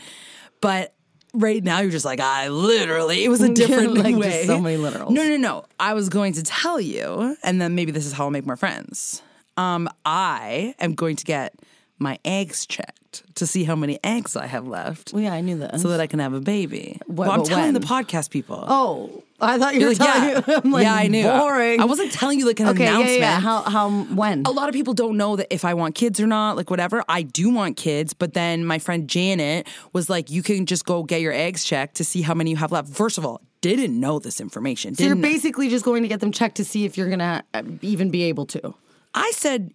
Speaker 2: But right now you're just like I literally it was
Speaker 1: <laughs>
Speaker 2: a different
Speaker 1: Like, just
Speaker 2: way.
Speaker 1: so many literals.
Speaker 2: No, no, no. I was going to tell you, and then maybe this is how I'll make more friends. Um, I am going to get my eggs checked to see how many eggs I have left,
Speaker 1: Well, yeah, I knew that.
Speaker 2: so that I can have a baby. well, I'm
Speaker 1: but
Speaker 2: telling the
Speaker 1: when?
Speaker 2: podcast people.
Speaker 1: oh, I thought you were
Speaker 2: You're like,
Speaker 1: telling
Speaker 2: yeah,
Speaker 1: <laughs> I'm like,
Speaker 2: yeah, I knew.
Speaker 1: Boring.
Speaker 2: I wasn't telling you like an
Speaker 1: okay, yeah,
Speaker 2: announcement.
Speaker 1: yeah, yeah. How, how, when?
Speaker 2: a lot of people don't know that if I want kids or not, like whatever. I do want kids, but then my friend Janet was like, "You can just go get your eggs checked to see how many you have left." First of all, didn't know this information.
Speaker 1: So you're
Speaker 2: didn't-
Speaker 1: basically just going to get them checked to see if you're gonna uh, even be able
Speaker 2: <laughs>
Speaker 1: to.
Speaker 2: I said,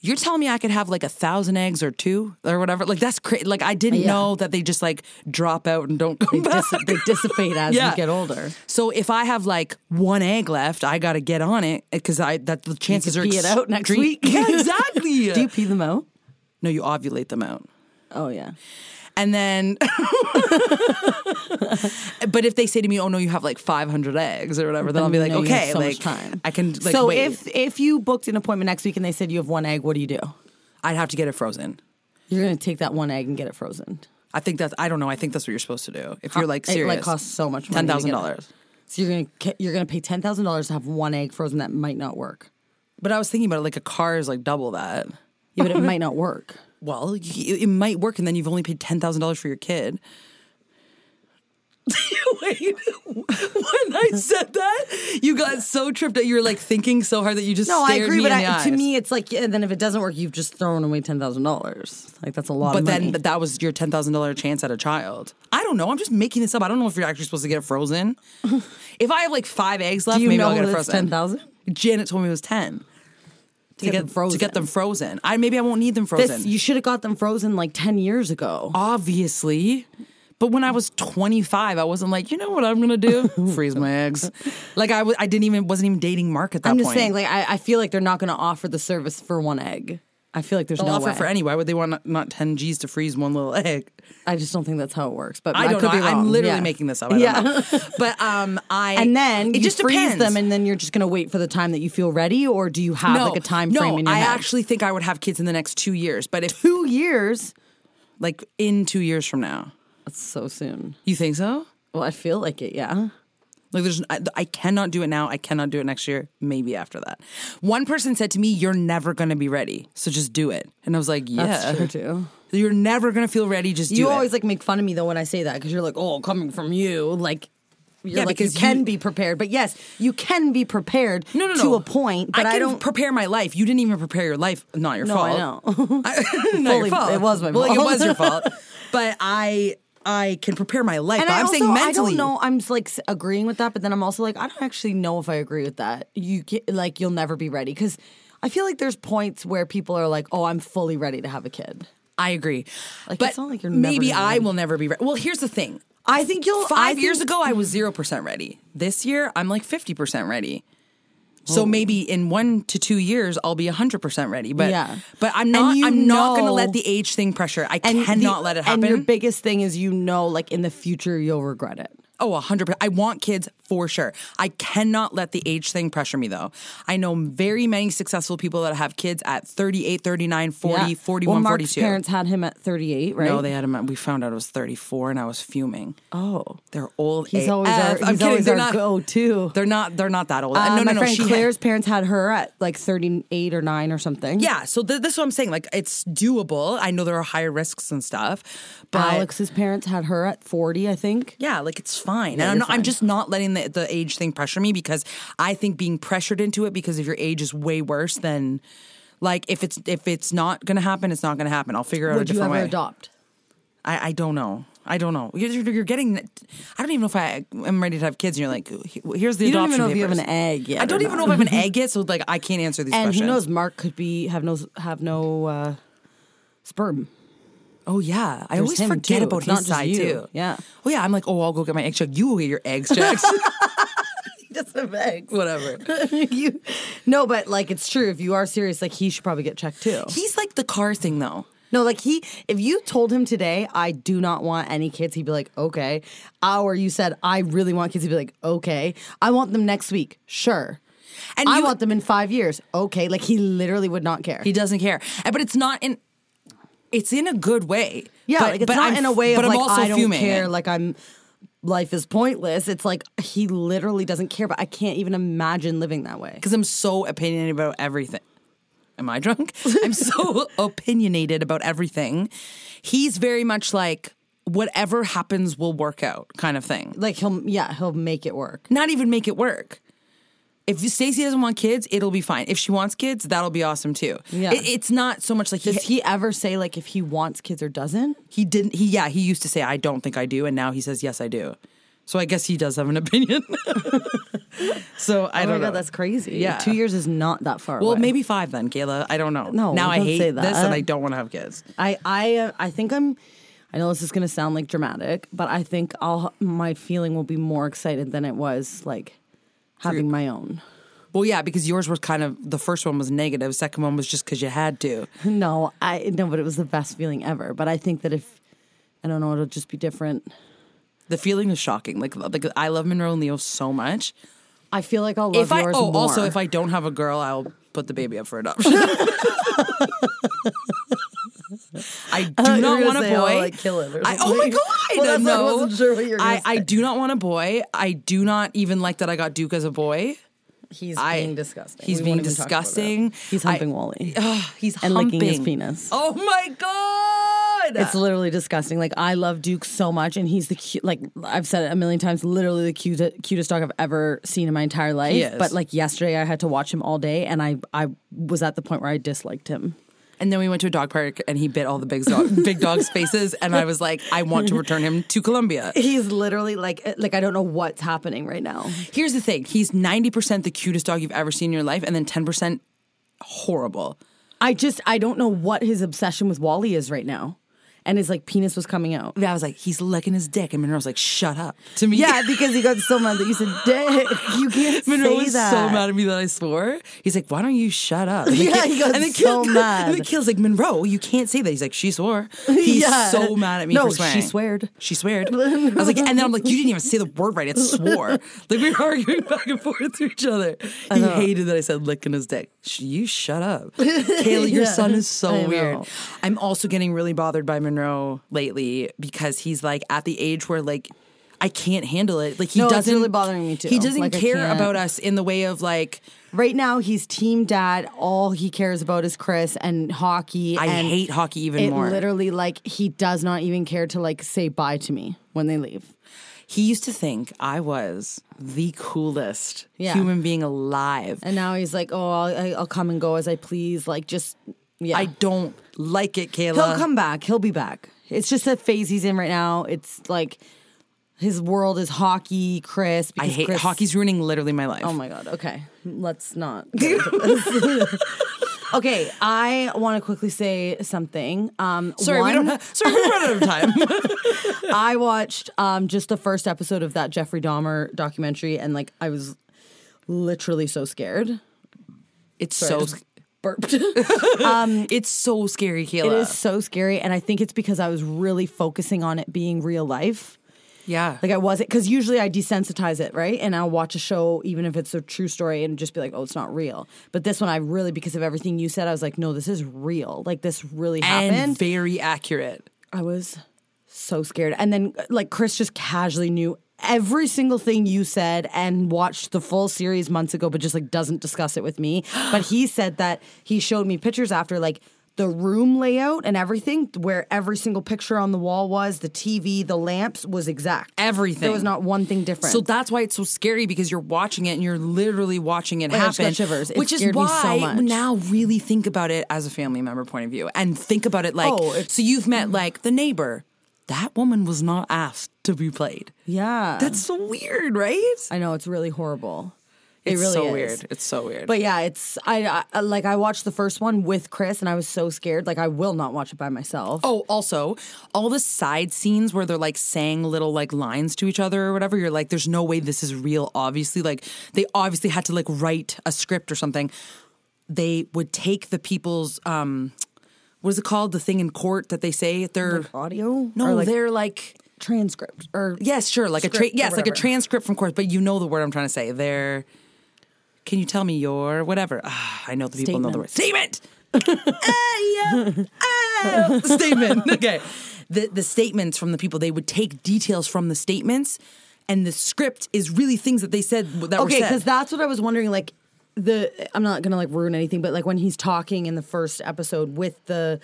Speaker 2: "You're telling me I could have like a thousand eggs or two or whatever." Like that's crazy. Like I didn't
Speaker 1: Yeah.
Speaker 2: know that they just like drop out and don't come
Speaker 1: They,
Speaker 2: back.
Speaker 1: dis- they dissipate as
Speaker 2: Yeah.
Speaker 1: you get older.
Speaker 2: So if I have like one egg left, I got to get on it because I that the chances
Speaker 1: You
Speaker 2: are
Speaker 1: pee it out next
Speaker 2: extreme-
Speaker 1: week. <laughs>
Speaker 2: <laughs> Yeah, exactly.
Speaker 1: Do you pee them out?
Speaker 2: no, you ovulate them out.
Speaker 1: Oh yeah.
Speaker 2: And then, <laughs> but if they say to me, "Oh no, you have like 500 eggs or whatever," then I'll be
Speaker 1: you
Speaker 2: like,
Speaker 1: know you have
Speaker 2: "Okay,
Speaker 1: so
Speaker 2: like
Speaker 1: much time.
Speaker 2: I can like
Speaker 1: so
Speaker 2: wait."
Speaker 1: if if you booked an appointment next week and they said you have one egg, what do you do?
Speaker 2: I'd have to get it frozen.
Speaker 1: You're gonna take that one egg and get it frozen.
Speaker 2: I think that's I don't know. I think that's what you're supposed to do if you're like
Speaker 1: Uh, it
Speaker 2: serious.
Speaker 1: like costs so much money.
Speaker 2: ten
Speaker 1: to
Speaker 2: thousand
Speaker 1: get it.
Speaker 2: dollars.
Speaker 1: So you're gonna ca- you're gonna pay ten thousand dollars to have one egg frozen. That might not work.
Speaker 2: But I was thinking about it like a car is like double that.
Speaker 1: Yeah, but it might not work.
Speaker 2: Well, you, it might work, and then you've only paid ten thousand dollars for your kid. <laughs> Wait, when I said that, you got so tripped that you were like thinking so hard that you
Speaker 1: <laughs>
Speaker 2: just
Speaker 1: No, I
Speaker 2: stared
Speaker 1: agree,
Speaker 2: me
Speaker 1: but
Speaker 2: in the
Speaker 1: I, to
Speaker 2: eyes.
Speaker 1: me, it's like yeah, then if it doesn't work, you've just thrown away ten thousand dollars. Like that's a lot.
Speaker 2: But
Speaker 1: of money.
Speaker 2: then but that was your ten thousand dollar chance at a child. I don't know. I'm just making this up. I don't know if you're actually supposed to get
Speaker 1: <laughs>
Speaker 2: it frozen. if I have like five eggs left,
Speaker 1: do you
Speaker 2: maybe
Speaker 1: know
Speaker 2: I'll get it
Speaker 1: that it's
Speaker 2: frozen.
Speaker 1: ten thousand?
Speaker 2: Janet told me it was ten. To,
Speaker 1: get them
Speaker 2: to
Speaker 1: frozen.
Speaker 2: get them frozen. I maybe I won't need them frozen.
Speaker 1: This you should have got them frozen like ten years ago.
Speaker 2: Obviously. But when I was 25, I wasn't like, you know what I'm
Speaker 1: <laughs>
Speaker 2: gonna do? Freeze my eggs. Like I, w- I didn't even wasn't even dating Mark at that
Speaker 1: I'm
Speaker 2: point.
Speaker 1: just saying, like I, I feel like they're not going to offer the service for one egg. I feel like there's
Speaker 2: They'll
Speaker 1: no
Speaker 2: offer
Speaker 1: way.
Speaker 2: for any. Why would they want not, not 10 G's to freeze one little egg?
Speaker 1: I just don't think that's how it works. But
Speaker 2: I don't
Speaker 1: could
Speaker 2: know.
Speaker 1: Be
Speaker 2: I-
Speaker 1: wrong.
Speaker 2: I'm literally
Speaker 1: Yeah.
Speaker 2: making this up. I don't
Speaker 1: yeah. <laughs>
Speaker 2: know. But um, I
Speaker 1: and then
Speaker 2: it
Speaker 1: you
Speaker 2: just
Speaker 1: freeze
Speaker 2: depends.
Speaker 1: them, and then you're just going to wait for the time that you feel ready, or do you have like a time
Speaker 2: no,
Speaker 1: frame in your
Speaker 2: I
Speaker 1: head?
Speaker 2: actually think I would have kids in the next two years. But if
Speaker 1: two years.
Speaker 2: like in two years from now,
Speaker 1: That's so soon.
Speaker 2: you think so?
Speaker 1: Well, I feel like it. Yeah.
Speaker 2: Like there's, I, I cannot do it now. I cannot do it next year. Maybe after that. One person said to me, "You're never gonna be ready, so just do it." And I was like, "Yeah,
Speaker 1: That's true too.
Speaker 2: <laughs> You're never gonna feel ready. Just do
Speaker 1: you
Speaker 2: it."
Speaker 1: always like make fun of me though when I say that because you're like, oh, coming from you, like. You're
Speaker 2: Yeah,
Speaker 1: like
Speaker 2: because
Speaker 1: you can
Speaker 2: you-
Speaker 1: be prepared, but yes, you can be prepared
Speaker 2: no, no, no.
Speaker 1: to a point. But I,
Speaker 2: can
Speaker 1: don't.
Speaker 2: prepare my life. You didn't even prepare your life. Not your
Speaker 1: No,
Speaker 2: fault.
Speaker 1: I know.
Speaker 2: <laughs> I- not
Speaker 1: Fully-
Speaker 2: your fault.
Speaker 1: it was my
Speaker 2: Well, It
Speaker 1: fault.
Speaker 2: was
Speaker 1: <laughs>
Speaker 2: your fault. But I, I can prepare my life.
Speaker 1: and
Speaker 2: but
Speaker 1: I
Speaker 2: am
Speaker 1: also,
Speaker 2: saying mentally.
Speaker 1: I don't know. I'm like s- agreeing with that, but then I'm also like, I don't actually know if I agree with that. You get, like, you'll never be ready because I feel like there's points where people are like, oh, I'm fully ready to have a kid.
Speaker 2: I agree.
Speaker 1: Like,
Speaker 2: but
Speaker 1: it's not like you're never
Speaker 2: maybe
Speaker 1: gonna
Speaker 2: I
Speaker 1: win.
Speaker 2: will never be ready. Well, here's the thing.
Speaker 1: I think you'll. I
Speaker 2: Five
Speaker 1: think-
Speaker 2: years ago, I was 0% ready. This year, I'm like 50% ready. So maybe in one to two years, I'll be 100% ready. But
Speaker 1: Yeah.
Speaker 2: but I'm
Speaker 1: And
Speaker 2: not
Speaker 1: you
Speaker 2: I'm not going to
Speaker 1: know-
Speaker 2: let the age thing pressure. I
Speaker 1: and the-
Speaker 2: cannot let it happen.
Speaker 1: And your biggest thing is you know, like in the future, you'll regret it.
Speaker 2: Oh, 100%. I want kids for sure. I cannot let the age thing pressure me, though. I know very many successful people that have kids at 38, 39, 40,
Speaker 1: Yeah.
Speaker 2: 41,
Speaker 1: well, Mark's
Speaker 2: 42.
Speaker 1: parents had him at 38, right?
Speaker 2: No, they had him. at- We found out it was 34, and I was fuming.
Speaker 1: Oh.
Speaker 2: They're old.
Speaker 1: He's
Speaker 2: AF.
Speaker 1: always our-
Speaker 2: I'm
Speaker 1: he's
Speaker 2: kidding.
Speaker 1: always
Speaker 2: they're
Speaker 1: our
Speaker 2: not
Speaker 1: go-to.
Speaker 2: They're not. They're not that old.
Speaker 1: Uh,
Speaker 2: no, no,
Speaker 1: my
Speaker 2: no.
Speaker 1: friend
Speaker 2: she had-
Speaker 1: Claire's parents had her at like 38 or 9 or something.
Speaker 2: yeah. So th- this is what I'm saying. Like it's doable. I know there are higher risks and stuff, but
Speaker 1: Alex's parents had her at 40, I think.
Speaker 2: Yeah, like it's fine. and I'm,
Speaker 1: you're
Speaker 2: not, I'm
Speaker 1: fine.
Speaker 2: just not letting the, the age thing pressure me because I think being pressured into it because if your age is way worse than like if it's if it's not gonna happen, it's not gonna happen. I'll figure out a
Speaker 1: Would you
Speaker 2: different
Speaker 1: ever
Speaker 2: way.
Speaker 1: adopt?
Speaker 2: I, I don't know. I don't know. You're, you're getting. I don't even know if I am ready to have kids. And you're like, here's the
Speaker 1: You don't even
Speaker 2: adoption
Speaker 1: know if you have
Speaker 2: papers.
Speaker 1: an egg yet
Speaker 2: I
Speaker 1: or
Speaker 2: don't even know
Speaker 1: not.
Speaker 2: if
Speaker 1: <laughs>
Speaker 2: I have an egg yet. So like, I can't answer these
Speaker 1: And
Speaker 2: questions.
Speaker 1: who knows? Mark could be have no have no uh, sperm.
Speaker 2: Oh yeah, I
Speaker 1: There's
Speaker 2: always
Speaker 1: him,
Speaker 2: forget
Speaker 1: too.
Speaker 2: about
Speaker 1: It's
Speaker 2: his
Speaker 1: not just
Speaker 2: side
Speaker 1: you.
Speaker 2: too.
Speaker 1: Yeah.
Speaker 2: Oh yeah, I'm like, oh, I'll go get my egg checked. You will get your
Speaker 1: <laughs>
Speaker 2: eggs checked.
Speaker 1: He doesn't have eggs.
Speaker 2: <laughs> Whatever.
Speaker 1: <laughs> you, no, but like it's true. If you are serious, like he should probably get checked too.
Speaker 2: He's like the car thing though.
Speaker 1: No, like he, if you told him today, I do not want any kids, he'd be like, okay. Or you said, I really want kids, he'd be like, okay. I want them next week, sure.
Speaker 2: And
Speaker 1: And I
Speaker 2: you-
Speaker 1: want them in five years, okay. Like he literally would not care.
Speaker 2: He doesn't care. Uh, But it's not in it's in a good way.
Speaker 1: Yeah,
Speaker 2: but,
Speaker 1: like, it's
Speaker 2: but
Speaker 1: not
Speaker 2: I'm
Speaker 1: in a way
Speaker 2: f-
Speaker 1: of
Speaker 2: but
Speaker 1: like
Speaker 2: I'm also
Speaker 1: I don't
Speaker 2: fuming.
Speaker 1: care. Like I'm, life is pointless. It's like he literally doesn't care. But I can't even imagine living that way.
Speaker 2: because I'm so opinionated about everything. Am
Speaker 1: <laughs>
Speaker 2: I drunk? I'm so opinionated about everything. He's very much like whatever happens will work out kind of thing.
Speaker 1: Like he'll yeah he'll make it work.
Speaker 2: Not even make it work. If Stacey doesn't want kids, it'll be fine. If she wants kids, that'll be awesome too.
Speaker 1: Yeah.
Speaker 2: It- it's not so much like he,
Speaker 1: Does he ever say like if he wants kids or doesn't?
Speaker 2: he didn't. He yeah. He used to say I don't think I do, and now he says yes I do. So I guess he does have an opinion. <laughs> so I
Speaker 1: Oh my
Speaker 2: don't know.
Speaker 1: god, that's crazy.
Speaker 2: Yeah.
Speaker 1: two years is not that far.
Speaker 2: Well,
Speaker 1: away.
Speaker 2: maybe five then, Kayla. I don't know.
Speaker 1: No,
Speaker 2: now I
Speaker 1: don't
Speaker 2: hate
Speaker 1: say
Speaker 2: this,
Speaker 1: that.
Speaker 2: and I don't want to have kids.
Speaker 1: I I uh, I think I'm. I know this is going to sound like dramatic, but I think I'll my feeling will be more excited than it was like having my own.
Speaker 2: Well, yeah, because yours was kind of the first one was negative, second one was just because you had to.
Speaker 1: No, I no, but it was the best feeling ever. But I think that if I don't know, it'll just be different.
Speaker 2: The feeling is shocking. Like, uh, like I love Monroe and Leo so much.
Speaker 1: I feel like I'll love
Speaker 2: if I
Speaker 1: yours
Speaker 2: oh,
Speaker 1: more.
Speaker 2: also
Speaker 1: <laughs>
Speaker 2: if I don't have a girl, I'll put the baby up for <laughs> adoption. I do
Speaker 1: thought you
Speaker 2: not
Speaker 1: were
Speaker 2: want
Speaker 1: gonna
Speaker 2: a
Speaker 1: say,
Speaker 2: boy.
Speaker 1: oh, like, kill it or
Speaker 2: I- oh my
Speaker 1: something.
Speaker 2: god!
Speaker 1: <laughs> Well, that's why I
Speaker 2: no,
Speaker 1: wasn't sure what you were gonna
Speaker 2: I, I do not want a boy. I do not even like that I got Duke as a boy.
Speaker 1: he's
Speaker 2: I-
Speaker 1: being disgusting.
Speaker 2: He's
Speaker 1: We
Speaker 2: being
Speaker 1: won't even talk about it.
Speaker 2: disgusting.
Speaker 1: He's
Speaker 2: I-
Speaker 1: humping Wally.
Speaker 2: Ugh, he's
Speaker 1: And licking his
Speaker 2: humping.
Speaker 1: penis.
Speaker 2: Oh my god!
Speaker 1: It's literally disgusting. Like I love Duke so much, and he's the cute. Like I've said it a million times, literally the cute, cutest dog I've ever seen in my entire life.
Speaker 2: He is.
Speaker 1: But like yesterday, I had to watch him all day, and I I was at the point where I disliked him.
Speaker 2: And then we went to a dog park and he bit all the big dog, big dog's faces. And I was like, I want to return him to Colombia.
Speaker 1: He's literally like eh, like I don't know what's happening right now.
Speaker 2: Here's the thing he's 90% the cutest dog you've ever seen in your life, and then 10% horrible.
Speaker 1: I just I don't know what his obsession with Wally is right now, and his like penis was coming out.
Speaker 2: And I was like, he's licking his dick. And Monroe's like, shut up to me.
Speaker 1: Yeah, because he got so mad that you said, "Dick, you <laughs> can't
Speaker 2: <laughs> Monroe
Speaker 1: say
Speaker 2: was
Speaker 1: that."
Speaker 2: so mad at me that I swore. He's like, why don't you shut up? And
Speaker 1: <laughs>
Speaker 2: the
Speaker 1: Yeah,
Speaker 2: kid-
Speaker 1: he got
Speaker 2: and the
Speaker 1: so
Speaker 2: kid, <laughs>
Speaker 1: mad.
Speaker 2: And the kid's like, Monroe, you can't say that. He's like, she
Speaker 1: <laughs>
Speaker 2: swore. He's
Speaker 1: Yeah.
Speaker 2: so mad at me
Speaker 1: No,
Speaker 2: for
Speaker 1: she
Speaker 2: swearing.
Speaker 1: sweared.
Speaker 2: She sweared. I was like, and then I'm like, you didn't even say the word right. It
Speaker 1: <laughs>
Speaker 2: swore. Like we were arguing back and forth to each other. He hated that I said licking his dick. Sh- You shut up, Kayla. Your
Speaker 1: <laughs> Yeah.
Speaker 2: son is so
Speaker 1: I
Speaker 2: weird.
Speaker 1: know.
Speaker 2: I'm also getting really bothered by Monroe lately because he's like at the age where like. I can't handle it. Like he
Speaker 1: No, it's
Speaker 2: doesn't
Speaker 1: really bothering me too.
Speaker 2: He doesn't
Speaker 1: Like, I
Speaker 2: care
Speaker 1: can't-
Speaker 2: about us in the way of like
Speaker 1: Right now, he's team dad. All he cares about is Chris and hockey.
Speaker 2: I
Speaker 1: and
Speaker 2: hate hockey even
Speaker 1: it
Speaker 2: more.
Speaker 1: literally like he does not even care to like say bye to me when they leave.
Speaker 2: He used to think I was the coolest
Speaker 1: Yeah.
Speaker 2: human being alive.
Speaker 1: And now he's like, oh, I'll, I- I'll come and go as I please. Like just yeah,
Speaker 2: I don't like it, Kayla.
Speaker 1: he'll come back. He'll be back. It's just a phase he's in right now. It's like his world is hockey. Chris,
Speaker 2: I
Speaker 1: because
Speaker 2: hate
Speaker 1: Chris,
Speaker 2: hockey's ruining literally my life.
Speaker 1: Oh my god. Okay, let's
Speaker 2: <laughs>
Speaker 1: not. get into this. <laughs> okay, I want to quickly say something. Um,
Speaker 2: sorry, we
Speaker 1: one-
Speaker 2: don't. Have, sorry, we run out
Speaker 1: <laughs>
Speaker 2: of time. <laughs>
Speaker 1: I watched um, just the first episode of that Jeffrey Dahmer documentary, and like I was literally so scared.
Speaker 2: it's
Speaker 1: I
Speaker 2: so
Speaker 1: just burped. <laughs>
Speaker 2: it's so scary, Kayla.
Speaker 1: it is so scary, and I think it's because I was really focusing on it being real life.
Speaker 2: Yeah,
Speaker 1: Like I wasn't because usually I desensitize it, right? And I'll watch a show even if it's a true story and just be like, "Oh, it's not real." But this one, I really because of everything you said, I was like, "No, this is real. Like this really
Speaker 2: and
Speaker 1: happened."
Speaker 2: very accurate.
Speaker 1: I was so scared. And then like Chris just casually knew every single thing you said and watched the full series months ago, but just like doesn't discuss it with me. But he said that he showed me pictures after like the room layout and everything, where every single picture on the wall was, the TV, the lamps was exact.
Speaker 2: Everything.
Speaker 1: There was not one thing different.
Speaker 2: So that's why it's so scary because you're watching it and you're literally watching it
Speaker 1: Like, I just
Speaker 2: happen.
Speaker 1: got shivers. It
Speaker 2: which is
Speaker 1: scared me
Speaker 2: why
Speaker 1: so much.
Speaker 2: now really think about it as a family member point of view and think about it like
Speaker 1: Oh, it's-
Speaker 2: so you've met like the neighbor. That woman was not asked to be played.
Speaker 1: yeah.
Speaker 2: That's so weird, right?
Speaker 1: I know it's really horrible.
Speaker 2: It's
Speaker 1: it really
Speaker 2: so
Speaker 1: is.
Speaker 2: weird. It's so weird.
Speaker 1: But yeah, it's I, I like I watched the first one with Chris and I was so scared. Like I will not watch it by myself.
Speaker 2: Oh, also, all the side scenes where they're like saying little like lines to each other or whatever, you're like, there's no way this is real, obviously. Like, they obviously had to like write a script or something. They would take the people's, um, what is it called? The thing in court that they say? They're,
Speaker 1: audio?
Speaker 2: no,
Speaker 1: Or, like,
Speaker 2: they're like,
Speaker 1: transcript or
Speaker 2: yes, sure, like a tra-
Speaker 1: Script or
Speaker 2: yes, like a
Speaker 1: whatever.
Speaker 2: transcript from court, but you know the word I'm trying to say. They're, can you tell <laughs> me your whatever? Ah, I know the people know the word. Statement! Ah, yeah. Ah, Well, statement. <laughs> Okay. The the statements from the people they would take details from the statements, and the script is really things that they said that were
Speaker 1: okay,
Speaker 2: said.
Speaker 1: because that's what I was wondering. Like the I'm not gonna like ruin anything, but like when he's talking in the first episode with the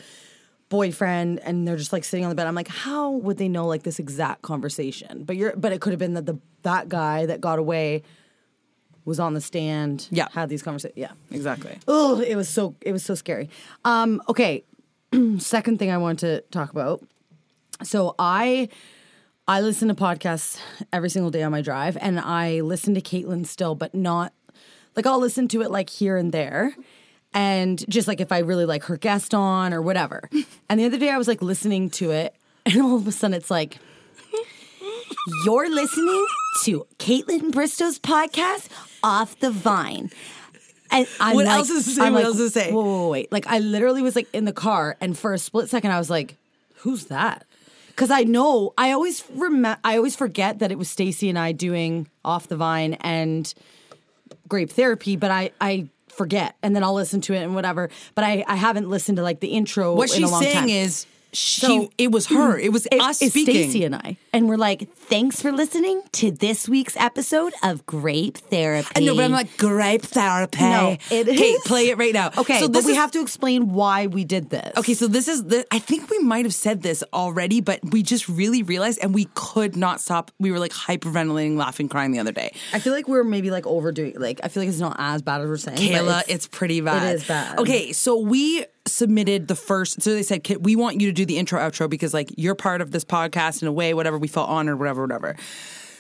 Speaker 1: boyfriend and they're just like sitting on the bed, I'm like, how would they know like this exact conversation? But you're but it could have been that the that guy that got away was on the stand.
Speaker 2: Yeah.
Speaker 1: had these conversations. Yeah.
Speaker 2: exactly.
Speaker 1: Oh, it was so it was so scary. Um, okay. <clears throat> Second thing I want to talk about. So I I listen to podcasts every single day on my drive and I listen to Caitlin still, but not like I'll listen to it like here and there. And just like if I really like her guest on or
Speaker 2: <laughs>
Speaker 1: whatever. And the other day I was like listening to it and all of a sudden it's like you're listening to Caitlin Bristow's podcast Off the Vine. And I'm
Speaker 2: What
Speaker 1: like,
Speaker 2: else is to say?
Speaker 1: I'm
Speaker 2: What
Speaker 1: like,
Speaker 2: else is to say?
Speaker 1: Whoa, whoa, whoa, wait. Like I literally was like in the car, and for a split second, I was like, "Who's that?" Because I know I always remember. I always forget that it was Stacy and I doing Off the Vine and Grape Therapy, but I I forget, and then I'll listen to it and whatever. But I I haven't listened to like the intro.
Speaker 2: What
Speaker 1: in
Speaker 2: she's
Speaker 1: a long
Speaker 2: saying
Speaker 1: time.
Speaker 2: is she.
Speaker 1: So-
Speaker 2: it was her. It was us
Speaker 1: it's
Speaker 2: speaking.
Speaker 1: Stacy and I, and we're like,
Speaker 4: Thanks for listening to this week's episode of Grape Therapy.
Speaker 2: I know, but I'm like grape therapy.
Speaker 1: No, it
Speaker 2: okay,
Speaker 1: is-
Speaker 2: play it right now.
Speaker 1: okay,
Speaker 2: so
Speaker 1: but
Speaker 2: this
Speaker 1: we
Speaker 2: is-
Speaker 1: have to explain why we did this.
Speaker 2: Okay, so this is the. I think we might have said this already, but we just really realized, and we could not stop. We were like hyperventilating, laughing, crying the other day.
Speaker 1: I feel like we're maybe like overdoing. Like I feel like it's not as bad as we're saying. but
Speaker 2: Kayla, it's, pretty bad.
Speaker 1: is bad.
Speaker 2: Okay, so we submitted the first. So they said, "Kay- we want you to do the intro, outro because like you're part of this podcast in a way, whatever. We felt honored, whatever, whatever.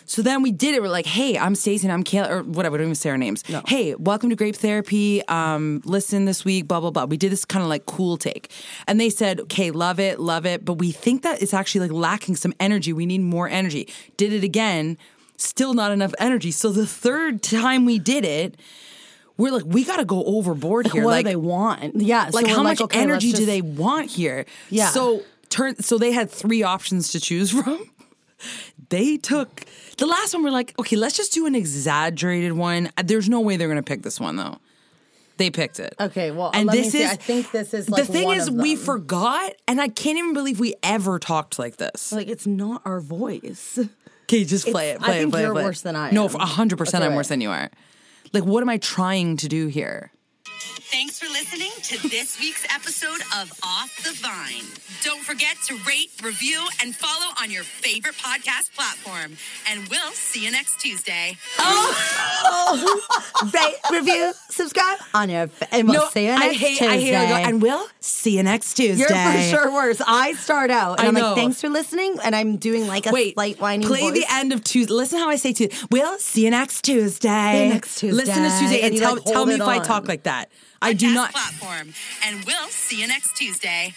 Speaker 2: So then we did it. We're like, hey, I'm Stacey and I'm Kayla, or whatever. We don't even say our names. Hey, welcome to Grape Therapy. Um, listen this week, blah, blah, blah. We did this kind of like cool take. And they said, okay, love it, love it. But we think that it's actually like lacking some energy. We need more energy. Did it again. Still not enough energy. So the third time we did it, we're like, we got to go overboard here.
Speaker 1: what
Speaker 2: like,
Speaker 1: do they want? Yeah. so
Speaker 2: like
Speaker 1: we're
Speaker 2: how much
Speaker 1: okay,
Speaker 2: energy
Speaker 1: let's
Speaker 2: do
Speaker 1: just-
Speaker 2: they want here?
Speaker 1: Yeah.
Speaker 2: So turn. So they had three options to choose <laughs> from. They took the last one. We're like, okay, let's just do an exaggerated one. Uh, There's no way they're gonna pick this one though. They picked it.
Speaker 1: Okay, well, let me see. I think this is, like,
Speaker 2: the thing
Speaker 1: one
Speaker 2: is
Speaker 1: of
Speaker 2: we
Speaker 1: them.
Speaker 2: forgot, and I can't even believe we ever talked like this.
Speaker 1: Like it's not our voice. <laughs>
Speaker 2: Okay, just play it.
Speaker 1: It's- I
Speaker 2: Play it.
Speaker 1: think
Speaker 2: Play it.
Speaker 1: you're
Speaker 2: play it.
Speaker 1: worse than I
Speaker 2: No,
Speaker 1: am.
Speaker 2: for hundred percent,
Speaker 1: Okay,
Speaker 2: I'm
Speaker 1: wait.
Speaker 2: worse than you are. Like, what am I trying to do here?
Speaker 5: Thanks for listening to this week's episode of Off the Vine. Don't forget to rate, review, and follow on your favorite podcast platform. And we'll see you next Tuesday.
Speaker 4: rate, review, subscribe on your. Fa- and we'll see you next
Speaker 2: I hate. I hate. I go,
Speaker 4: Tuesday.
Speaker 2: and we'll see you next Tuesday.
Speaker 4: You're for sure worse. I start out and
Speaker 2: I
Speaker 4: I am
Speaker 2: know.
Speaker 4: like, thanks for listening. And I'm doing like a
Speaker 2: Wait,
Speaker 4: slight whining
Speaker 2: play
Speaker 4: voice.
Speaker 2: the end of Tuesday. Listen how I say Tuesday. We'll see you next Tuesday.
Speaker 4: See you next
Speaker 2: Listen to
Speaker 4: Tuesday.
Speaker 2: Tuesday and,
Speaker 4: And you,
Speaker 2: tell,
Speaker 4: like,
Speaker 2: tell
Speaker 4: hold
Speaker 2: me
Speaker 4: it
Speaker 2: if I
Speaker 4: on.
Speaker 2: talk like that. I do
Speaker 5: Podcast
Speaker 2: not.
Speaker 5: Platform. And we'll see you next Tuesday.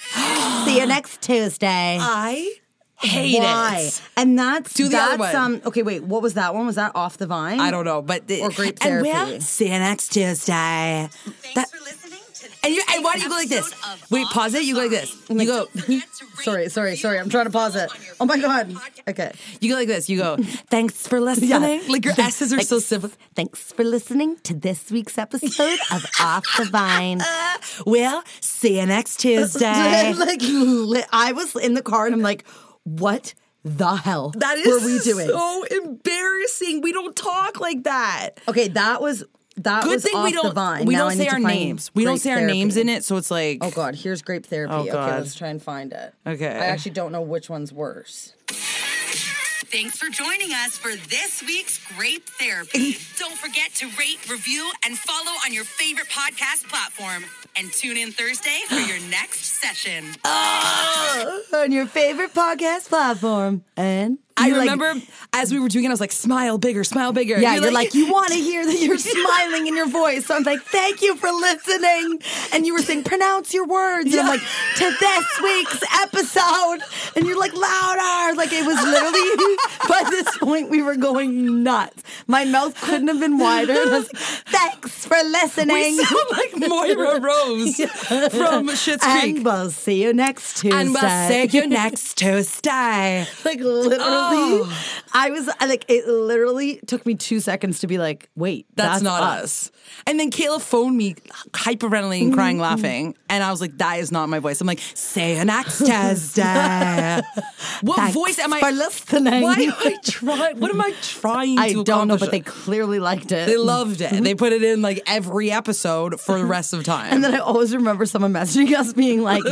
Speaker 4: see you next Tuesday.
Speaker 2: I hate
Speaker 1: Why?
Speaker 2: it.
Speaker 1: And that's
Speaker 2: Do the
Speaker 1: that's
Speaker 2: other one.
Speaker 1: um okay, wait, what was that one? Was that off the vine?
Speaker 2: I don't know, but the,
Speaker 1: Or grape
Speaker 2: and we'll
Speaker 1: therapy.
Speaker 2: see you next Tuesday.
Speaker 5: Thanks
Speaker 2: That-
Speaker 5: for listening to this
Speaker 2: and you and why do you go like
Speaker 5: week's
Speaker 2: this?
Speaker 5: episode of
Speaker 2: Wait,
Speaker 5: Off
Speaker 2: pause
Speaker 5: the
Speaker 2: it. You go like this.
Speaker 5: Vine.
Speaker 2: You go.
Speaker 5: Don't forget
Speaker 2: <laughs>
Speaker 5: to rate,
Speaker 1: Sorry, sorry,
Speaker 5: review,
Speaker 1: sorry. I'm trying to pause
Speaker 5: follow
Speaker 1: it.
Speaker 5: on your
Speaker 1: Oh my
Speaker 5: favorite
Speaker 1: god.
Speaker 5: podcast-
Speaker 1: Okay.
Speaker 2: You go like this.
Speaker 5: <laughs>
Speaker 2: You go. Thanks for listening. Like your s's are so simple.
Speaker 4: Thanks for listening to this week's episode of Off the Vine.
Speaker 2: "Ah, We'll see you
Speaker 1: <laughs>
Speaker 2: next Tuesday.
Speaker 1: like li- I was in the car and I'm like, what the hell
Speaker 2: That is
Speaker 1: were we doing?
Speaker 2: so embarrassing. We don't talk like that.
Speaker 1: okay, that was that
Speaker 2: Good
Speaker 1: was
Speaker 2: thing
Speaker 1: off
Speaker 2: we
Speaker 1: the
Speaker 2: don't
Speaker 1: vine.
Speaker 2: we
Speaker 1: Now
Speaker 2: don't
Speaker 1: I
Speaker 2: say
Speaker 1: need to
Speaker 2: our
Speaker 1: find
Speaker 2: names. We don't
Speaker 1: Grape
Speaker 2: say our names
Speaker 1: Therapy.
Speaker 2: in it, so it's like
Speaker 1: Oh god, here's grape therapy.
Speaker 2: Oh,
Speaker 1: okay,
Speaker 2: God.
Speaker 1: let's try and find it.
Speaker 2: Okay.
Speaker 1: I actually don't know which one's worse. <laughs>
Speaker 5: Thanks for joining us for this week's Grape Therapy. Don't forget to rate, review, and follow on your favorite podcast platform. And tune in Thursday for your next session.
Speaker 4: on your favorite podcast platform. And
Speaker 2: I
Speaker 4: you like-
Speaker 2: remember as we were doing it, I was like, smile bigger, smile bigger.
Speaker 4: yeah, you're, like, you want to hear that you're smiling in your voice. So I'm like, thank you for listening. And you were saying, pronounce your words. And I'm like, to this week's episode. And you're like, louder. Like it was literally, <laughs> by this point, we were going nuts. My mouth couldn't have been wider. And I was like, thanks for listening.
Speaker 2: we sound
Speaker 1: <laughs>
Speaker 4: <laughs>
Speaker 2: like Moira Rose from Schitt's Creek.
Speaker 4: and we'll see you next Tuesday.
Speaker 2: And we'll see you next Tuesday.
Speaker 1: Like literally
Speaker 6: Oh.
Speaker 1: I was I, like, it literally took me two seconds to be like, wait,
Speaker 2: That's, not us. And then Kayla phoned me hyperventilating, crying, laughing. And I was like, that is not my voice. I'm like, say an axe test. what voice am I?
Speaker 1: for listening.
Speaker 2: Why am I trying? What am I
Speaker 1: <laughs>
Speaker 2: trying
Speaker 1: I
Speaker 2: to
Speaker 1: don't know,
Speaker 2: accomplish?
Speaker 1: but they clearly liked it.
Speaker 2: They loved it. They put it in like every episode for the rest of
Speaker 1: <laughs>
Speaker 2: time.
Speaker 1: And then I always remember someone messaging us being
Speaker 2: <laughs>
Speaker 1: like,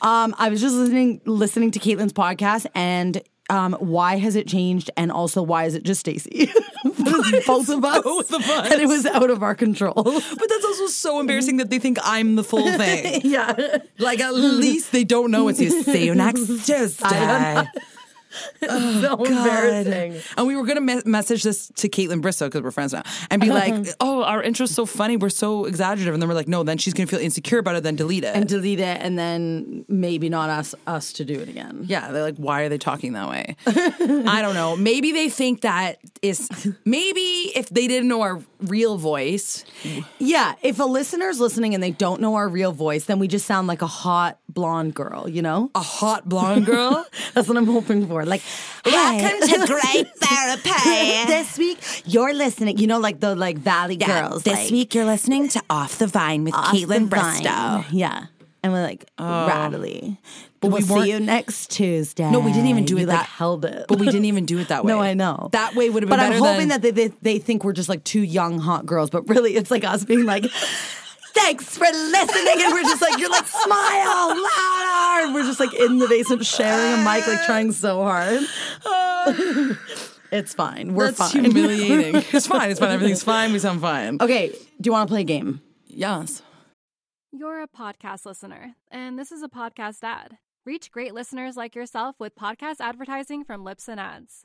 Speaker 1: um, I was just listening listening to Caitlin's podcast and um, why has it changed? And also why is it just <laughs> Stacey? both of us.
Speaker 2: both of us.
Speaker 1: And it was out of our
Speaker 2: <laughs>
Speaker 1: control.
Speaker 2: but that's also so embarrassing that they think I'm the full
Speaker 1: <laughs>
Speaker 2: thing.
Speaker 1: yeah.
Speaker 2: Like at least they don't know it's you. See
Speaker 1: <laughs>
Speaker 2: you next Tuesday.
Speaker 1: so embarrassing.
Speaker 2: And we were gonna me- message this to Caitlin Bristow because we're friends now, and be
Speaker 1: <laughs>
Speaker 2: like, "Oh, our intro's so funny. We're so exaggerative." And then we're like, "No, then she's gonna feel insecure about it. Then delete it."
Speaker 1: And delete it and then maybe not us us to do it again.
Speaker 2: yeah, they're like, "Why are they talking
Speaker 1: <laughs>
Speaker 2: that way?" I don't know. Maybe they think that is maybe if they didn't know our real voice,
Speaker 1: Yeah. If a listener's listening and they don't know our real voice, then we just sound like a hot blonde girl, you know?
Speaker 2: a hot blonde girl.
Speaker 1: <laughs> That's what I'm hoping for. Like, welcome to Great <laughs> Therapy. this week, you're listening. You know, like the like Valley Girls. like,
Speaker 2: you're listening to Off the Vine with
Speaker 1: off the vine. Yeah, and we're like rattly. But
Speaker 2: Oh. we
Speaker 1: we'll
Speaker 2: weren't-
Speaker 1: see you next Tuesday.
Speaker 2: No, we didn't even do
Speaker 1: You,
Speaker 2: it
Speaker 1: like,
Speaker 2: that-
Speaker 1: held it.
Speaker 2: but we didn't even do it that way.
Speaker 1: No, I know.
Speaker 2: That way would have been
Speaker 1: But I'm
Speaker 2: better
Speaker 1: hoping
Speaker 2: than-
Speaker 1: that they, they they think we're just like two young hot girls, but really it's like us being like. Thanks for listening, and we're just like you're like smile louder. And We're just like in the basement sharing a mic, like trying so hard. it's fine. We're
Speaker 2: That's
Speaker 1: fine.
Speaker 2: <laughs> humiliating. it's fine. It's fine. Everything's fine. We sound fine.
Speaker 1: <laughs> Okay, do you want to play a game?
Speaker 2: Yes.
Speaker 3: You're a podcast listener, and this is a podcast ad. Reach great listeners like yourself with podcast advertising from Lips and Ads.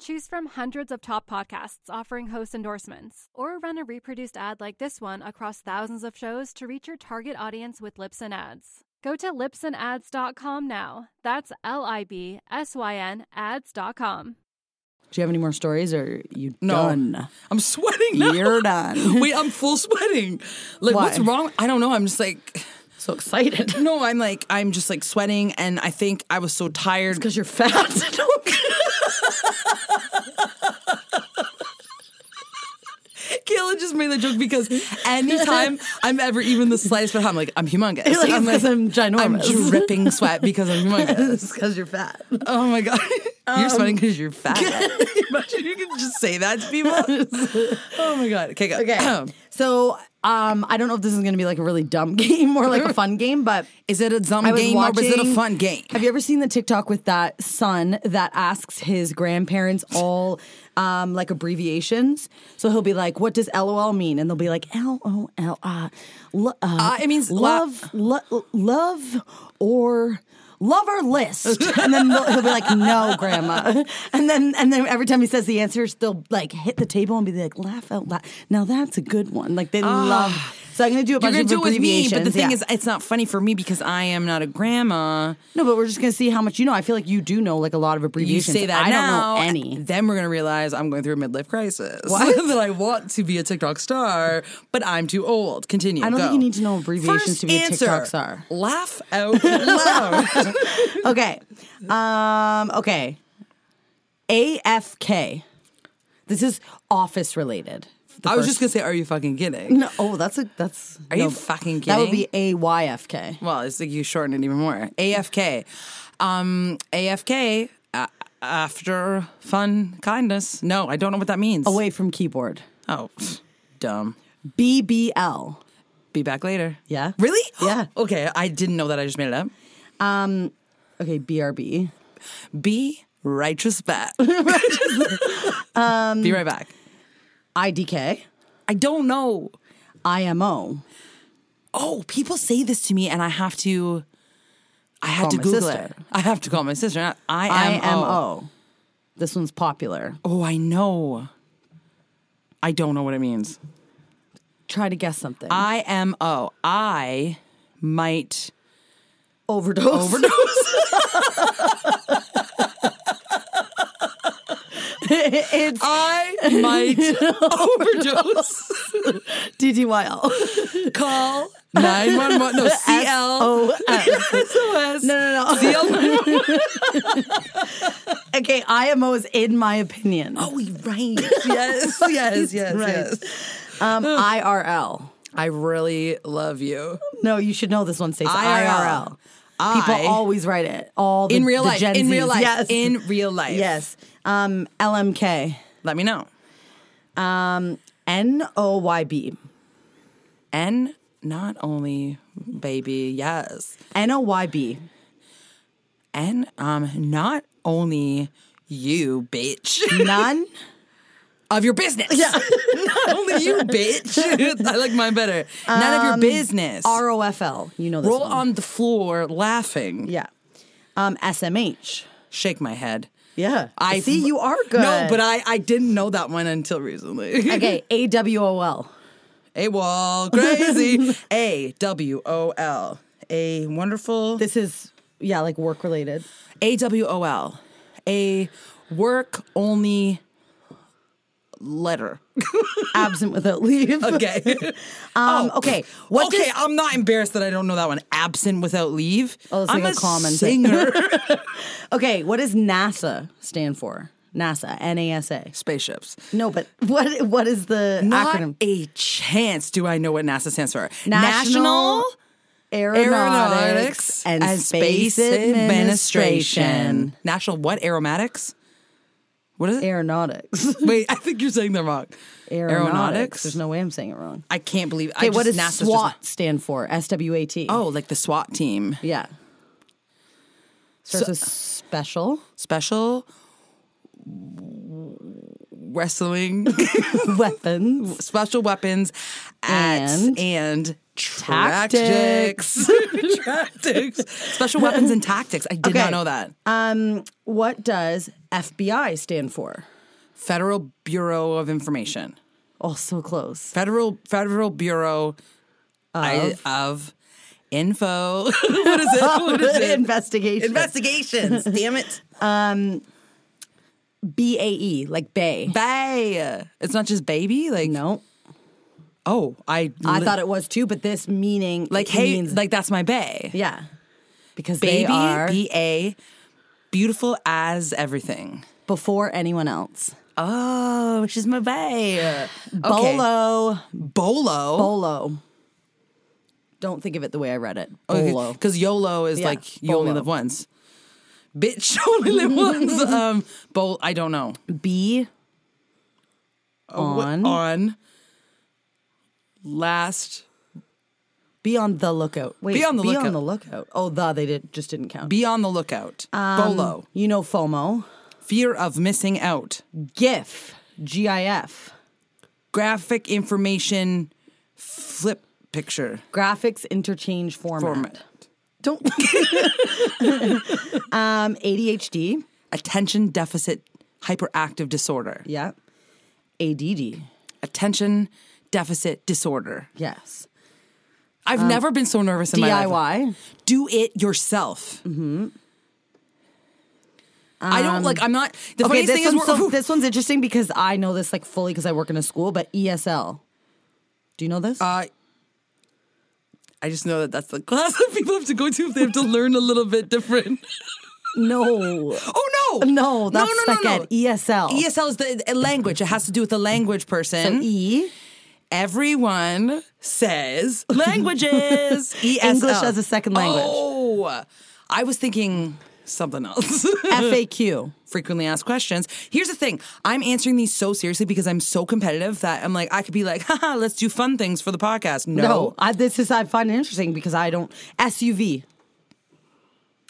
Speaker 3: Choose from hundreds of top podcasts offering host endorsements, or run a reproduced ad like this one across thousands of shows to reach your target audience with Lips and Ads. Go to lipsandads.com now. That's L I B S Y N ads.com.
Speaker 1: Do you have any more stories, or are you
Speaker 2: No.
Speaker 1: done?
Speaker 2: I'm sweating. Now.
Speaker 1: You're done.
Speaker 2: <laughs> Wait, I'm full sweating. Like, what's
Speaker 1: Why?
Speaker 2: wrong? I don't know. I'm just like,
Speaker 1: So excited <laughs>
Speaker 2: no, I'm like, I'm just like sweating, and I think I was so tired.
Speaker 1: because you're fat.
Speaker 2: <laughs>
Speaker 1: <laughs>
Speaker 2: Kayla just made the joke because <laughs> anytime I'm ever even the slightest bit hot, I'm like, I'm humongous.
Speaker 1: You're like,
Speaker 2: I'm
Speaker 1: "It's 'cause I'm ginormous."
Speaker 2: I'm dripping sweat because <laughs> I'm humongous.
Speaker 1: because you're fat.
Speaker 2: Oh my god, <laughs> you're
Speaker 1: Um,
Speaker 2: sweating because
Speaker 1: <laughs>
Speaker 2: you're fat. Imagine you can just say that to people. oh my god. Okay, go.
Speaker 1: <clears throat> Okay. so um, I don't know if this is going to be like a really dumb <laughs> game or like a fun game, but
Speaker 2: <clears throat> Is it a dumb
Speaker 1: I was
Speaker 2: game or is it a
Speaker 1: watching-
Speaker 2: fun game?
Speaker 1: Have you ever seen the TikTok with that son that asks his grandparents all um, like abbreviations? So he'll be like, "What does LOL mean?" And they'll be like, "L O L I." lo-
Speaker 2: Uh, it means la-
Speaker 1: love, lo- love, or lover
Speaker 2: <laughs>
Speaker 1: list. And then they'll- he'll be like, "No, grandma." <laughs> And then and then every time he says the answers, they'll like hit the table and be like, "Laugh out loud." Now that's a good one. Like they love. So I'm gonna do a
Speaker 2: Ah. You're
Speaker 1: bunch
Speaker 2: gonna
Speaker 1: of
Speaker 2: do it with me,
Speaker 1: abbreviations.
Speaker 2: but the thing
Speaker 1: yeah.
Speaker 2: is, it's not funny for me because I am not a grandma.
Speaker 1: No, but we're just gonna see how much you know. I feel like you do know like a lot of
Speaker 2: You
Speaker 1: abbreviations.
Speaker 2: say that
Speaker 1: I
Speaker 2: now,
Speaker 1: don't know <laughs> any.
Speaker 2: Then we're gonna realize I'm going through a midlife crisis. <laughs> that I want to be a TikTok star, but I'm too old. Continue.
Speaker 1: I don't think
Speaker 2: go.
Speaker 1: you need to know abbreviations
Speaker 2: First
Speaker 1: to be a
Speaker 2: answer,
Speaker 1: TikTok star.
Speaker 2: Laugh out loud.
Speaker 1: Okay. Um. Okay. AFK. This is office related. <laughs> The
Speaker 2: I was
Speaker 1: first-
Speaker 2: just gonna say, are you fucking kidding?
Speaker 1: No, oh, that's a that's.
Speaker 2: Are
Speaker 1: no,
Speaker 2: you fucking
Speaker 1: That would
Speaker 2: kidding?
Speaker 1: be AYFK.
Speaker 2: Well, it's like you shorten it even more. AFK. Um, AFK, uh, after fun kindness. No, I don't know what that means.
Speaker 1: Away from keyboard.
Speaker 2: Oh, pff, dumb.
Speaker 1: BBL.
Speaker 2: Be back later.
Speaker 1: Yeah.
Speaker 2: <gasps> Really?
Speaker 1: Yeah.
Speaker 2: okay, I didn't know that. I just made it up.
Speaker 1: Um. Okay. BRB.
Speaker 2: Be righteous back. <laughs> Be right back.
Speaker 1: IDK.
Speaker 2: Um, I don't know.
Speaker 1: IMO.
Speaker 2: Oh, people say this to me, and I have to. I have
Speaker 1: Call
Speaker 2: to
Speaker 1: my
Speaker 2: Google
Speaker 1: sister.
Speaker 2: it. I have to call my sister. not IMO.
Speaker 1: IMO. This one's popular.
Speaker 2: Oh, I know. I don't know what it means.
Speaker 1: Try to guess something.
Speaker 2: I M O. I might
Speaker 1: overdose.
Speaker 2: overdose.
Speaker 1: <laughs> it's
Speaker 2: I might overdose.
Speaker 1: DDYL.
Speaker 2: Call 911. No, CL.
Speaker 1: S-O-S.
Speaker 2: SOS.
Speaker 1: <laughs> No, <laughs> no, no. okay, IMO is in my opinion.
Speaker 2: Oh, right. <laughs> Yes, yes, yes,
Speaker 1: <laughs> Right.
Speaker 2: yes.
Speaker 1: Um, IRL.
Speaker 2: I really love you.
Speaker 1: No, you should know this one, Stacey. IRL.
Speaker 2: IRL. I-
Speaker 1: People always write it. All the,
Speaker 2: in real
Speaker 1: the
Speaker 2: life.
Speaker 1: Gen
Speaker 2: In real
Speaker 1: Zs.
Speaker 2: life.
Speaker 1: Yes.
Speaker 2: In real life.
Speaker 1: yes. Um, LMK.
Speaker 2: Let me know.
Speaker 1: Um, N O Y B.
Speaker 2: And not only baby, yes.
Speaker 1: N O Y
Speaker 2: <laughs>
Speaker 1: B.
Speaker 2: And um not only you, bitch.
Speaker 1: None.
Speaker 2: of your business. <laughs> not
Speaker 1: <laughs>
Speaker 2: only you, bitch. <laughs> I like mine better.
Speaker 1: Um,
Speaker 2: None of your business.
Speaker 1: R O F L. You know this
Speaker 2: Roll
Speaker 1: one.
Speaker 2: on the floor laughing.
Speaker 1: Yeah. Um, SMH.
Speaker 2: Shake my head.
Speaker 1: Yeah. I see you are good.
Speaker 2: No, but I, I didn't know that one until recently. <laughs>
Speaker 1: Okay, A W O L. <laughs>
Speaker 2: AWOL, crazy. A W O L. A wonderful.
Speaker 1: This is yeah, like work related.
Speaker 2: <laughs> A W O L. A work only
Speaker 1: <laughs>
Speaker 2: letter.
Speaker 1: Absent without leave.
Speaker 2: Okay. <laughs>
Speaker 1: Um,
Speaker 2: Oh.
Speaker 1: okay. What
Speaker 2: okay,
Speaker 1: does-
Speaker 2: I'm not embarrassed that I don't know that one. Absent without leave.
Speaker 1: Oh, it's
Speaker 2: I'm
Speaker 1: like a common thing.
Speaker 2: singer.
Speaker 1: <laughs> okay, what does NASA stand for? NASA, N A S A.
Speaker 2: Spaceships.
Speaker 1: No, but what what is the
Speaker 2: Not
Speaker 1: acronym?
Speaker 2: a chance do I know what NASA stands for.
Speaker 1: National
Speaker 2: Aeronautics
Speaker 1: and, Space Administration.
Speaker 2: National what? Aeromatics? What is it?
Speaker 1: Aeronautics.
Speaker 2: <laughs> Wait, I think you're saying that wrong.
Speaker 1: Aeronautics. There's no way I'm saying it wrong.
Speaker 2: I can't believe. I
Speaker 1: Okay,
Speaker 2: just,
Speaker 1: what does
Speaker 2: NASA's
Speaker 1: SWAT
Speaker 2: Just,
Speaker 1: stand for? S W A T.
Speaker 2: oh, like the SWAT team.
Speaker 1: yeah. Starts with special. <laughs>
Speaker 2: Special wrestling,
Speaker 1: weapons.
Speaker 2: special weapons, at,
Speaker 1: And-
Speaker 2: and, tactics. <laughs> Tactics. Special weapons and tactics. I did
Speaker 1: Okay.
Speaker 2: not know that.
Speaker 1: Um, what does FBI stand for?
Speaker 2: Federal Bureau of Information.
Speaker 1: Oh, so close.
Speaker 2: Federal Federal Bureau I- of Info. <laughs> what is it? What is it?
Speaker 1: <laughs> Investigation.
Speaker 2: Investigations. Damn it.
Speaker 1: B A E, like Bay.
Speaker 2: Bay. It's not just baby. Like
Speaker 1: no,
Speaker 2: Oh, I.
Speaker 1: I thought it was too, but this meaning
Speaker 2: like
Speaker 1: it
Speaker 2: hey,
Speaker 1: means-
Speaker 2: like that's my bay.
Speaker 1: yeah, because they
Speaker 2: Baby,
Speaker 1: are
Speaker 2: B A, beautiful as everything.
Speaker 1: before anyone else.
Speaker 2: Oh, she's my bay. <laughs> Okay.
Speaker 1: Bolo,
Speaker 2: Bolo.
Speaker 1: bolo. Don't think of it the way I read it. Bolo.
Speaker 2: Because YOLO is
Speaker 1: Yeah,
Speaker 2: like you only
Speaker 1: bolo.
Speaker 2: live once. Bitch, <laughs> you only
Speaker 1: <laughs>
Speaker 2: live once. Um, bol. I don't know.
Speaker 1: B
Speaker 2: What-
Speaker 1: on
Speaker 2: on last.
Speaker 1: be on the lookout. Wait,
Speaker 2: Be on the lookout.
Speaker 1: lookout. Oh, the they did just didn't count.
Speaker 2: Be on the lookout.
Speaker 1: Um,
Speaker 2: Bolo.
Speaker 1: you know FOMO.
Speaker 2: Fear of missing out.
Speaker 1: GIF, G I F.
Speaker 2: Graphic information flip picture
Speaker 1: Graphics interchange format.
Speaker 2: format.
Speaker 1: Don't. <laughs> um, ADHD.
Speaker 2: Attention deficit hyperactive disorder.
Speaker 1: Yeah. ADD.
Speaker 2: Attention deficit disorder.
Speaker 1: Yes.
Speaker 2: I've
Speaker 1: Um,
Speaker 2: never been so nervous in my life.
Speaker 1: DIY.
Speaker 2: Do it yourself. Mm-hmm. I don't like. I'm not. The
Speaker 1: Okay,
Speaker 2: funniest
Speaker 1: this
Speaker 2: thing is
Speaker 1: one's,
Speaker 2: we're,
Speaker 1: so,
Speaker 2: <laughs>
Speaker 1: this one's interesting because I know this like fully because I work in a school, but ESL. Do you know this?
Speaker 2: Uh, I just know that that's the <laughs> class that people have to go to if they have to learn a little bit different. <laughs>
Speaker 1: no.
Speaker 2: Oh
Speaker 1: <laughs>
Speaker 2: no!
Speaker 1: No, that's E
Speaker 2: no,
Speaker 1: spec
Speaker 2: no, E
Speaker 1: ed.
Speaker 2: no.
Speaker 1: ESL.
Speaker 2: ESL is the a language. It has to do with the language person.
Speaker 1: E.
Speaker 2: Everyone says languages.
Speaker 1: <laughs>
Speaker 2: ESL.
Speaker 1: English as a second language.
Speaker 2: Oh, I was thinking something else. <laughs>
Speaker 1: FAQ.
Speaker 2: frequently asked questions. Here's the thing I'm answering these so seriously because I'm so competitive that I'm like, I could be like, <laughs> haha, let's do fun things for the podcast. <laughs> No.
Speaker 1: No, I, this is I find it interesting because I don't SUV.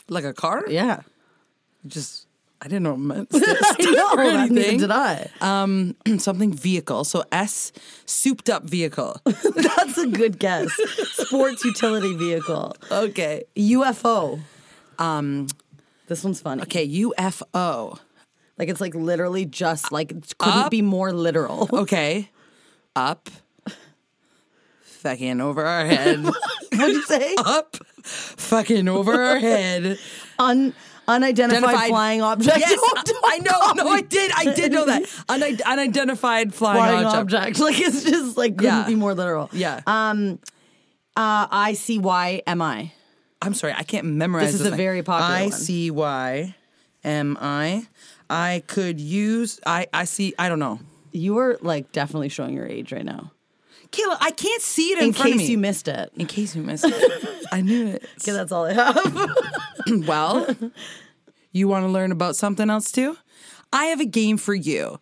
Speaker 2: Like a car?
Speaker 1: Yeah, <laughs>
Speaker 2: Just, I didn't know what it meant.
Speaker 1: I
Speaker 2: <laughs>
Speaker 1: know.
Speaker 2: Or
Speaker 1: Neither
Speaker 2: anything.
Speaker 1: did I.
Speaker 2: Um, <clears throat> something vehicle. So S, souped
Speaker 1: <laughs>
Speaker 2: up vehicle.
Speaker 1: That's a good guess. Sports utility vehicle.
Speaker 2: okay.
Speaker 1: UFO. Um, this one's funny.
Speaker 2: Okay, UFO.
Speaker 1: Like it's like <laughs> literally just like it couldn't
Speaker 2: Up.
Speaker 1: be more literal.
Speaker 2: Okay. Up. fucking over
Speaker 1: <laughs>
Speaker 2: our head.
Speaker 1: What did you
Speaker 2: <laughs>
Speaker 1: say?
Speaker 2: Up, fucking over our head.
Speaker 1: Un- unidentified
Speaker 2: Identified-
Speaker 1: flying object. <laughs>
Speaker 2: Yes,
Speaker 1: Don't- don't
Speaker 2: I know.
Speaker 1: call
Speaker 2: No,
Speaker 1: me.
Speaker 2: I did. I did know that. Unid- unidentified flying,
Speaker 1: Flying
Speaker 2: object.
Speaker 1: object. <laughs> Like it's just like couldn't
Speaker 2: Yeah.
Speaker 1: be more literal.
Speaker 2: Yeah.
Speaker 1: Um. Uh. I C Y M I.
Speaker 2: I'm sorry, I can't memorize.
Speaker 1: This is a
Speaker 2: thing.
Speaker 1: very popular
Speaker 2: I
Speaker 1: one.
Speaker 2: C Y M I. I could use. I I see. I don't know.
Speaker 1: You are like definitely showing your age right now.
Speaker 2: Kayla, I can't see it in,
Speaker 1: In,
Speaker 2: front of
Speaker 1: case
Speaker 2: me.
Speaker 1: you missed it.
Speaker 2: in case you missed
Speaker 1: <laughs>
Speaker 2: it, I knew it.
Speaker 1: Okay, that's all I have.
Speaker 2: Well, <laughs> you want to learn about something else too? I have a game for you.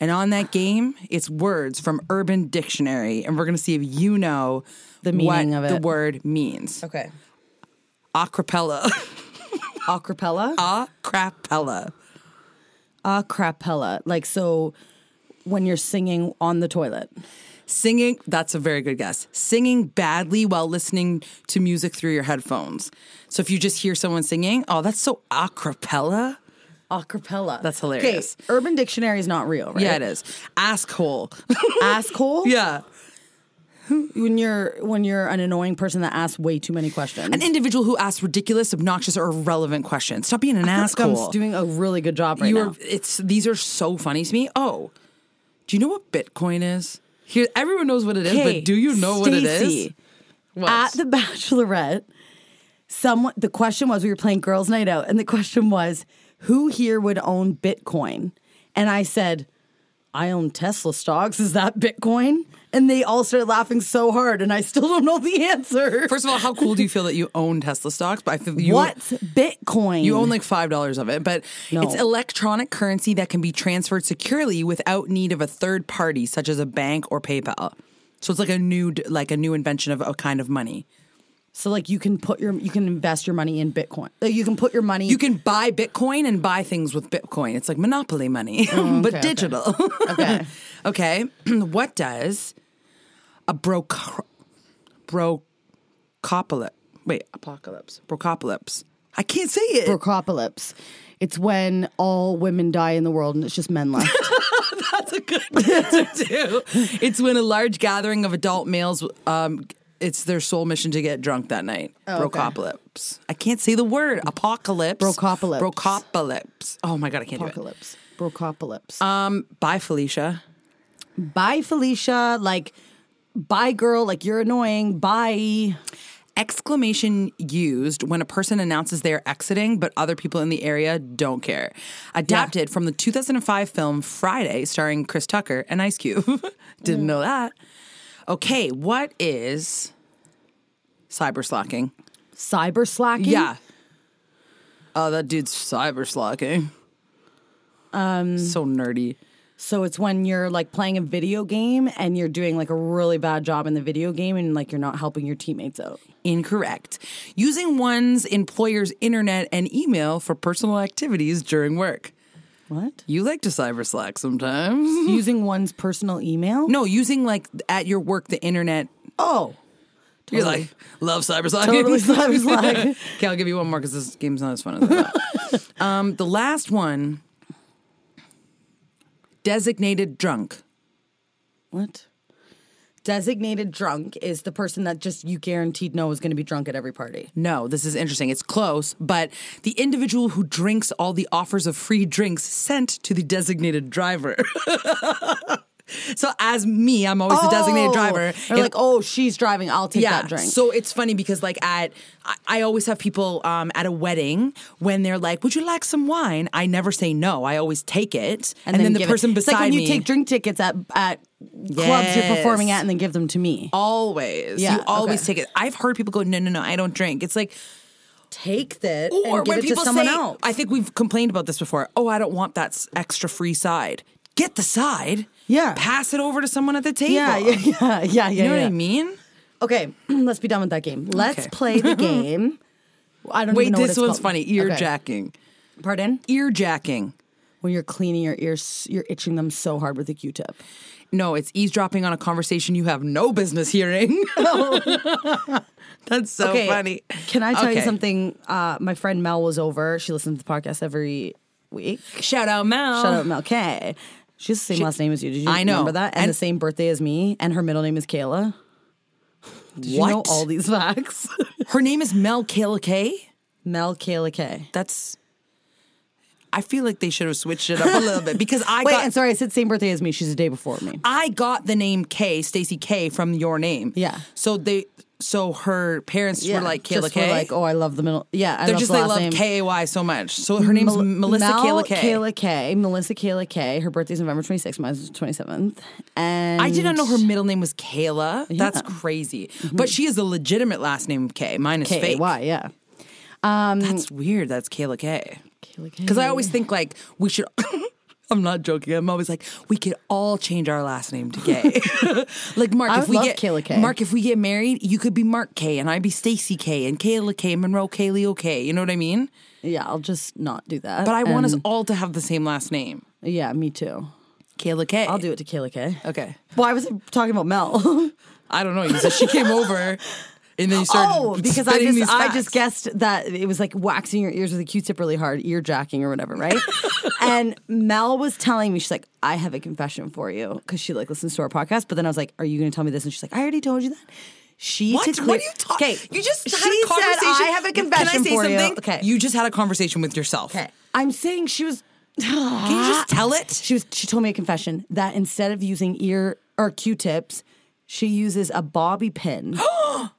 Speaker 2: And on that game, it's words from Urban Dictionary. And we're going to see if you know the
Speaker 1: meaning
Speaker 2: what
Speaker 1: of
Speaker 2: the
Speaker 1: it.
Speaker 2: word means.
Speaker 4: Okay.
Speaker 2: Acapella. <laughs>
Speaker 1: Acapella.
Speaker 2: Acapella.
Speaker 1: Acapella. Like so, when you're singing on the toilet.
Speaker 2: Singing, that's a very good guess. Singing badly while listening to music through your headphones. So if you just hear someone singing, oh, that's so acapella.
Speaker 1: Acapella.
Speaker 2: That's
Speaker 1: Okay,
Speaker 2: hilarious.
Speaker 1: Urban Dictionary is not real, right?
Speaker 2: Yeah, it is.
Speaker 1: <laughs>
Speaker 2: Asshole. <laughs>
Speaker 1: Asshole.
Speaker 2: yeah.
Speaker 1: When you're when you're an annoying person that asks way too many questions.
Speaker 2: An individual who asks ridiculous, obnoxious, or irrelevant questions. Stop being an
Speaker 1: I feel like
Speaker 2: asshole.
Speaker 1: I'm doing a really good job right
Speaker 2: you
Speaker 1: now.
Speaker 2: are. It's these are so funny to me. Oh, do you know what Bitcoin is? Here, everyone knows what it is,
Speaker 1: Okay,
Speaker 2: but do you know what it is?
Speaker 1: Stacey, At the <laughs> Bachelorette, someone the question was we were playing Girls Night Out, and the question was, who here would own Bitcoin? And I said, I own Tesla stocks. Is that Bitcoin? And they all started laughing so hard, and I still don't know the answer.
Speaker 2: First of all, how cool do you feel that you own Tesla stocks? But I feel you
Speaker 1: What's Bitcoin?
Speaker 2: You own like five dollars of it, but
Speaker 1: No.
Speaker 2: it's electronic currency that can be transferred securely without need of a third party, such as a bank or PayPal. So it's like a new, like a new invention of a kind of money.
Speaker 1: so like you can put your you can invest your money in Bitcoin. Like, you can put your money.
Speaker 2: You can buy Bitcoin and buy things with Bitcoin. It's like monopoly money, <laughs> but
Speaker 1: Oh, okay, okay.
Speaker 2: digital.
Speaker 1: Okay.
Speaker 2: <laughs> okay. <clears throat> what does a bro brocopolis? Wait, apocalypse. Brocopolis. I can't say it.
Speaker 1: Brocopolis. It's when all women die in the world and it's just men
Speaker 2: <laughs>
Speaker 1: left.
Speaker 2: That's a good <laughs> thing to do. It's when a large gathering of adult males, um, it's their sole mission to get drunk that night.
Speaker 1: Oh, okay.
Speaker 2: Brocopolis. I can't say the word. Apocalypse.
Speaker 1: Brocopolis.
Speaker 2: Brocopolis. Oh my God, I can't do
Speaker 1: Apocalypse. Brocopolis.
Speaker 2: it. Um, bye, Felicia.
Speaker 1: bye, Felicia. Like, bye, girl. Like, you're annoying. Bye.
Speaker 2: Exclamation used when a person announces they are exiting, but other people in the area don't care. Adapted from the 2005 film Friday, starring Chris Tucker and Ice Cube. <laughs> Didn't know that. Okay, what is cyber slacking?
Speaker 1: Cyber slacking.
Speaker 2: Yeah. Oh, that dude's cyber slacking. Um, so nerdy.
Speaker 1: So it's when you're like playing a video game and you're doing like a really bad job in the video game and like you're not helping your teammates out.
Speaker 2: Incorrect. Using one's employer's internet and email for personal activities during work.
Speaker 1: What?
Speaker 2: You like to cyber slack sometimes.
Speaker 1: <laughs> Using one's personal email?
Speaker 2: No, using like at your work the internet.
Speaker 1: Oh.
Speaker 2: You're like love cyber slack.
Speaker 1: Totally
Speaker 2: <laughs>
Speaker 1: cyber slack.
Speaker 2: okay, I'll give you one more because this game's not as fun as that. <laughs> um, the last one. Designated drunk.
Speaker 1: What? Designated drunk is the person that just you guaranteed know is going to be drunk at every party.
Speaker 2: No, this is interesting. It's close, but the individual who drinks all the offers of free drinks sent to the designated driver. <laughs> so, as me, I'm always the designated driver.
Speaker 1: Oh. Or
Speaker 2: If-
Speaker 1: like, oh, she's driving. I'll take that drink.
Speaker 2: So it's funny because like at I, I always have people um, at a wedding when they're like, "Would you like some wine?" I never say no. I always take it, and, then, the
Speaker 1: give it-
Speaker 2: person
Speaker 1: it's
Speaker 2: beside
Speaker 1: like when
Speaker 2: me
Speaker 1: you take drink tickets at at clubs you're performing
Speaker 2: Yes.
Speaker 1: at and then give them to me.
Speaker 2: always.
Speaker 1: Yeah,
Speaker 2: you always
Speaker 1: okay.
Speaker 2: take it. I've heard people go, "No, no, no, I don't drink." It's like.
Speaker 1: Take that
Speaker 2: Or
Speaker 1: and give
Speaker 2: when
Speaker 1: it to
Speaker 2: people
Speaker 1: someone
Speaker 2: say,
Speaker 1: else.
Speaker 2: I think we've complained about this before. Oh, I don't want that s- extra free side. Get the side.
Speaker 1: Yeah.
Speaker 2: Pass it over to someone at the table.
Speaker 1: yeah, yeah, yeah, yeah, <laughs> yeah.
Speaker 2: You know
Speaker 1: yeah.
Speaker 2: what I mean?
Speaker 1: Okay, <clears throat> let's be done with that game. Let's
Speaker 2: Okay.
Speaker 1: play the game. I don't
Speaker 2: Wait,
Speaker 1: even know what
Speaker 2: this
Speaker 1: it's
Speaker 2: one's
Speaker 1: called.
Speaker 2: funny. Ear
Speaker 1: Okay.
Speaker 2: jacking.
Speaker 1: Pardon?
Speaker 2: Ear jacking.
Speaker 1: When you're cleaning your ears, you're itching them so hard with a Q-tip.
Speaker 2: No, it's eavesdropping on a conversation you have no business hearing. <laughs> That's so funny.
Speaker 1: Can I tell you
Speaker 2: Okay.
Speaker 1: something? Uh, my friend Mel was over. She listens to the podcast every week.
Speaker 2: Shout out Mel.
Speaker 1: Shout out Mel K. She has the same last name as you. Did you
Speaker 2: Oh. I know.
Speaker 1: remember that? And,
Speaker 2: And-
Speaker 1: the same birthday as me. And her middle name is Kayla. Did you know
Speaker 2: What?
Speaker 1: all these <laughs> facts?
Speaker 2: Her name is Mel Kalikay.
Speaker 1: Mel Kayla Kay.
Speaker 2: That's. I feel like they should have switched it up a little bit because <laughs> I
Speaker 1: Wait,
Speaker 2: got
Speaker 1: and sorry, I said same birthday as me. She's a day before me.
Speaker 2: I got the name K, Stacy K, from your name.
Speaker 1: Yeah.
Speaker 2: So they, so her parents were like Kayla
Speaker 1: just
Speaker 2: K.
Speaker 1: were like, oh, I love the middle. Yeah, I
Speaker 2: They're
Speaker 1: love
Speaker 2: just
Speaker 1: the
Speaker 2: they
Speaker 1: last
Speaker 2: love
Speaker 1: name.
Speaker 2: K A Y so much. So her name's
Speaker 1: Mel-
Speaker 2: Melissa
Speaker 1: Mel
Speaker 2: Kayla K.
Speaker 1: Kayla Kay. Melissa Kayla Kay. Her birthday's November 26th. Mine's the 27th. And Mm-hmm.
Speaker 2: I did not know her middle name was Kayla. That's crazy. But she is a legitimate last name of K. Mine is fake.
Speaker 1: K-A-Y, yeah.
Speaker 2: That's weird. That's Kayla K. Because I always think like we should. <laughs> I'm not joking. I'm always like we could all change our last name
Speaker 1: <laughs>
Speaker 2: to K. like Mark,
Speaker 1: I
Speaker 2: if
Speaker 1: would
Speaker 2: we
Speaker 1: love
Speaker 2: get
Speaker 1: Kayla K.
Speaker 2: Mark, if we get married, you could be Mark K. and I'd be Stacy K. and Kayla K. Monroe K. Leo K. You know what I mean?
Speaker 1: Yeah, I'll just not do that.
Speaker 2: But I want us
Speaker 1: And-
Speaker 2: all to have the same last name,
Speaker 1: Yeah, me too.
Speaker 2: Kayla K.
Speaker 1: I'll do it to Kayla Kay.
Speaker 2: Eh. Okay.
Speaker 1: Why was I talking about Mel? <laughs>
Speaker 2: I don't know. You said she came over, and then you started. <laughs>
Speaker 1: oh, because I
Speaker 2: spitting
Speaker 1: just
Speaker 2: these
Speaker 1: I just
Speaker 2: facts.
Speaker 1: guessed that it was like waxing your ears with a Q-tip really hard, ear jacking or whatever,
Speaker 2: <laughs>
Speaker 1: right? and Mel was telling me she's like, I have a confession for you because she like listens to our podcast. But then I was like, Are you going to tell me this? And she's like, I already told you that. She
Speaker 2: What?
Speaker 1: decla-
Speaker 2: What are you talking?
Speaker 1: Okay,
Speaker 2: You just had
Speaker 1: she
Speaker 2: a conversation.
Speaker 1: Said, I have a confession
Speaker 2: Can I say
Speaker 1: for
Speaker 2: something?
Speaker 1: you. Okay,
Speaker 2: You just had a conversation with yourself.
Speaker 1: Okay. I'm saying she was. Can
Speaker 2: you just tell it?
Speaker 1: She was. She told me a confession that instead of using ear or Q-tips, she uses a bobby
Speaker 2: <gasps>
Speaker 1: pin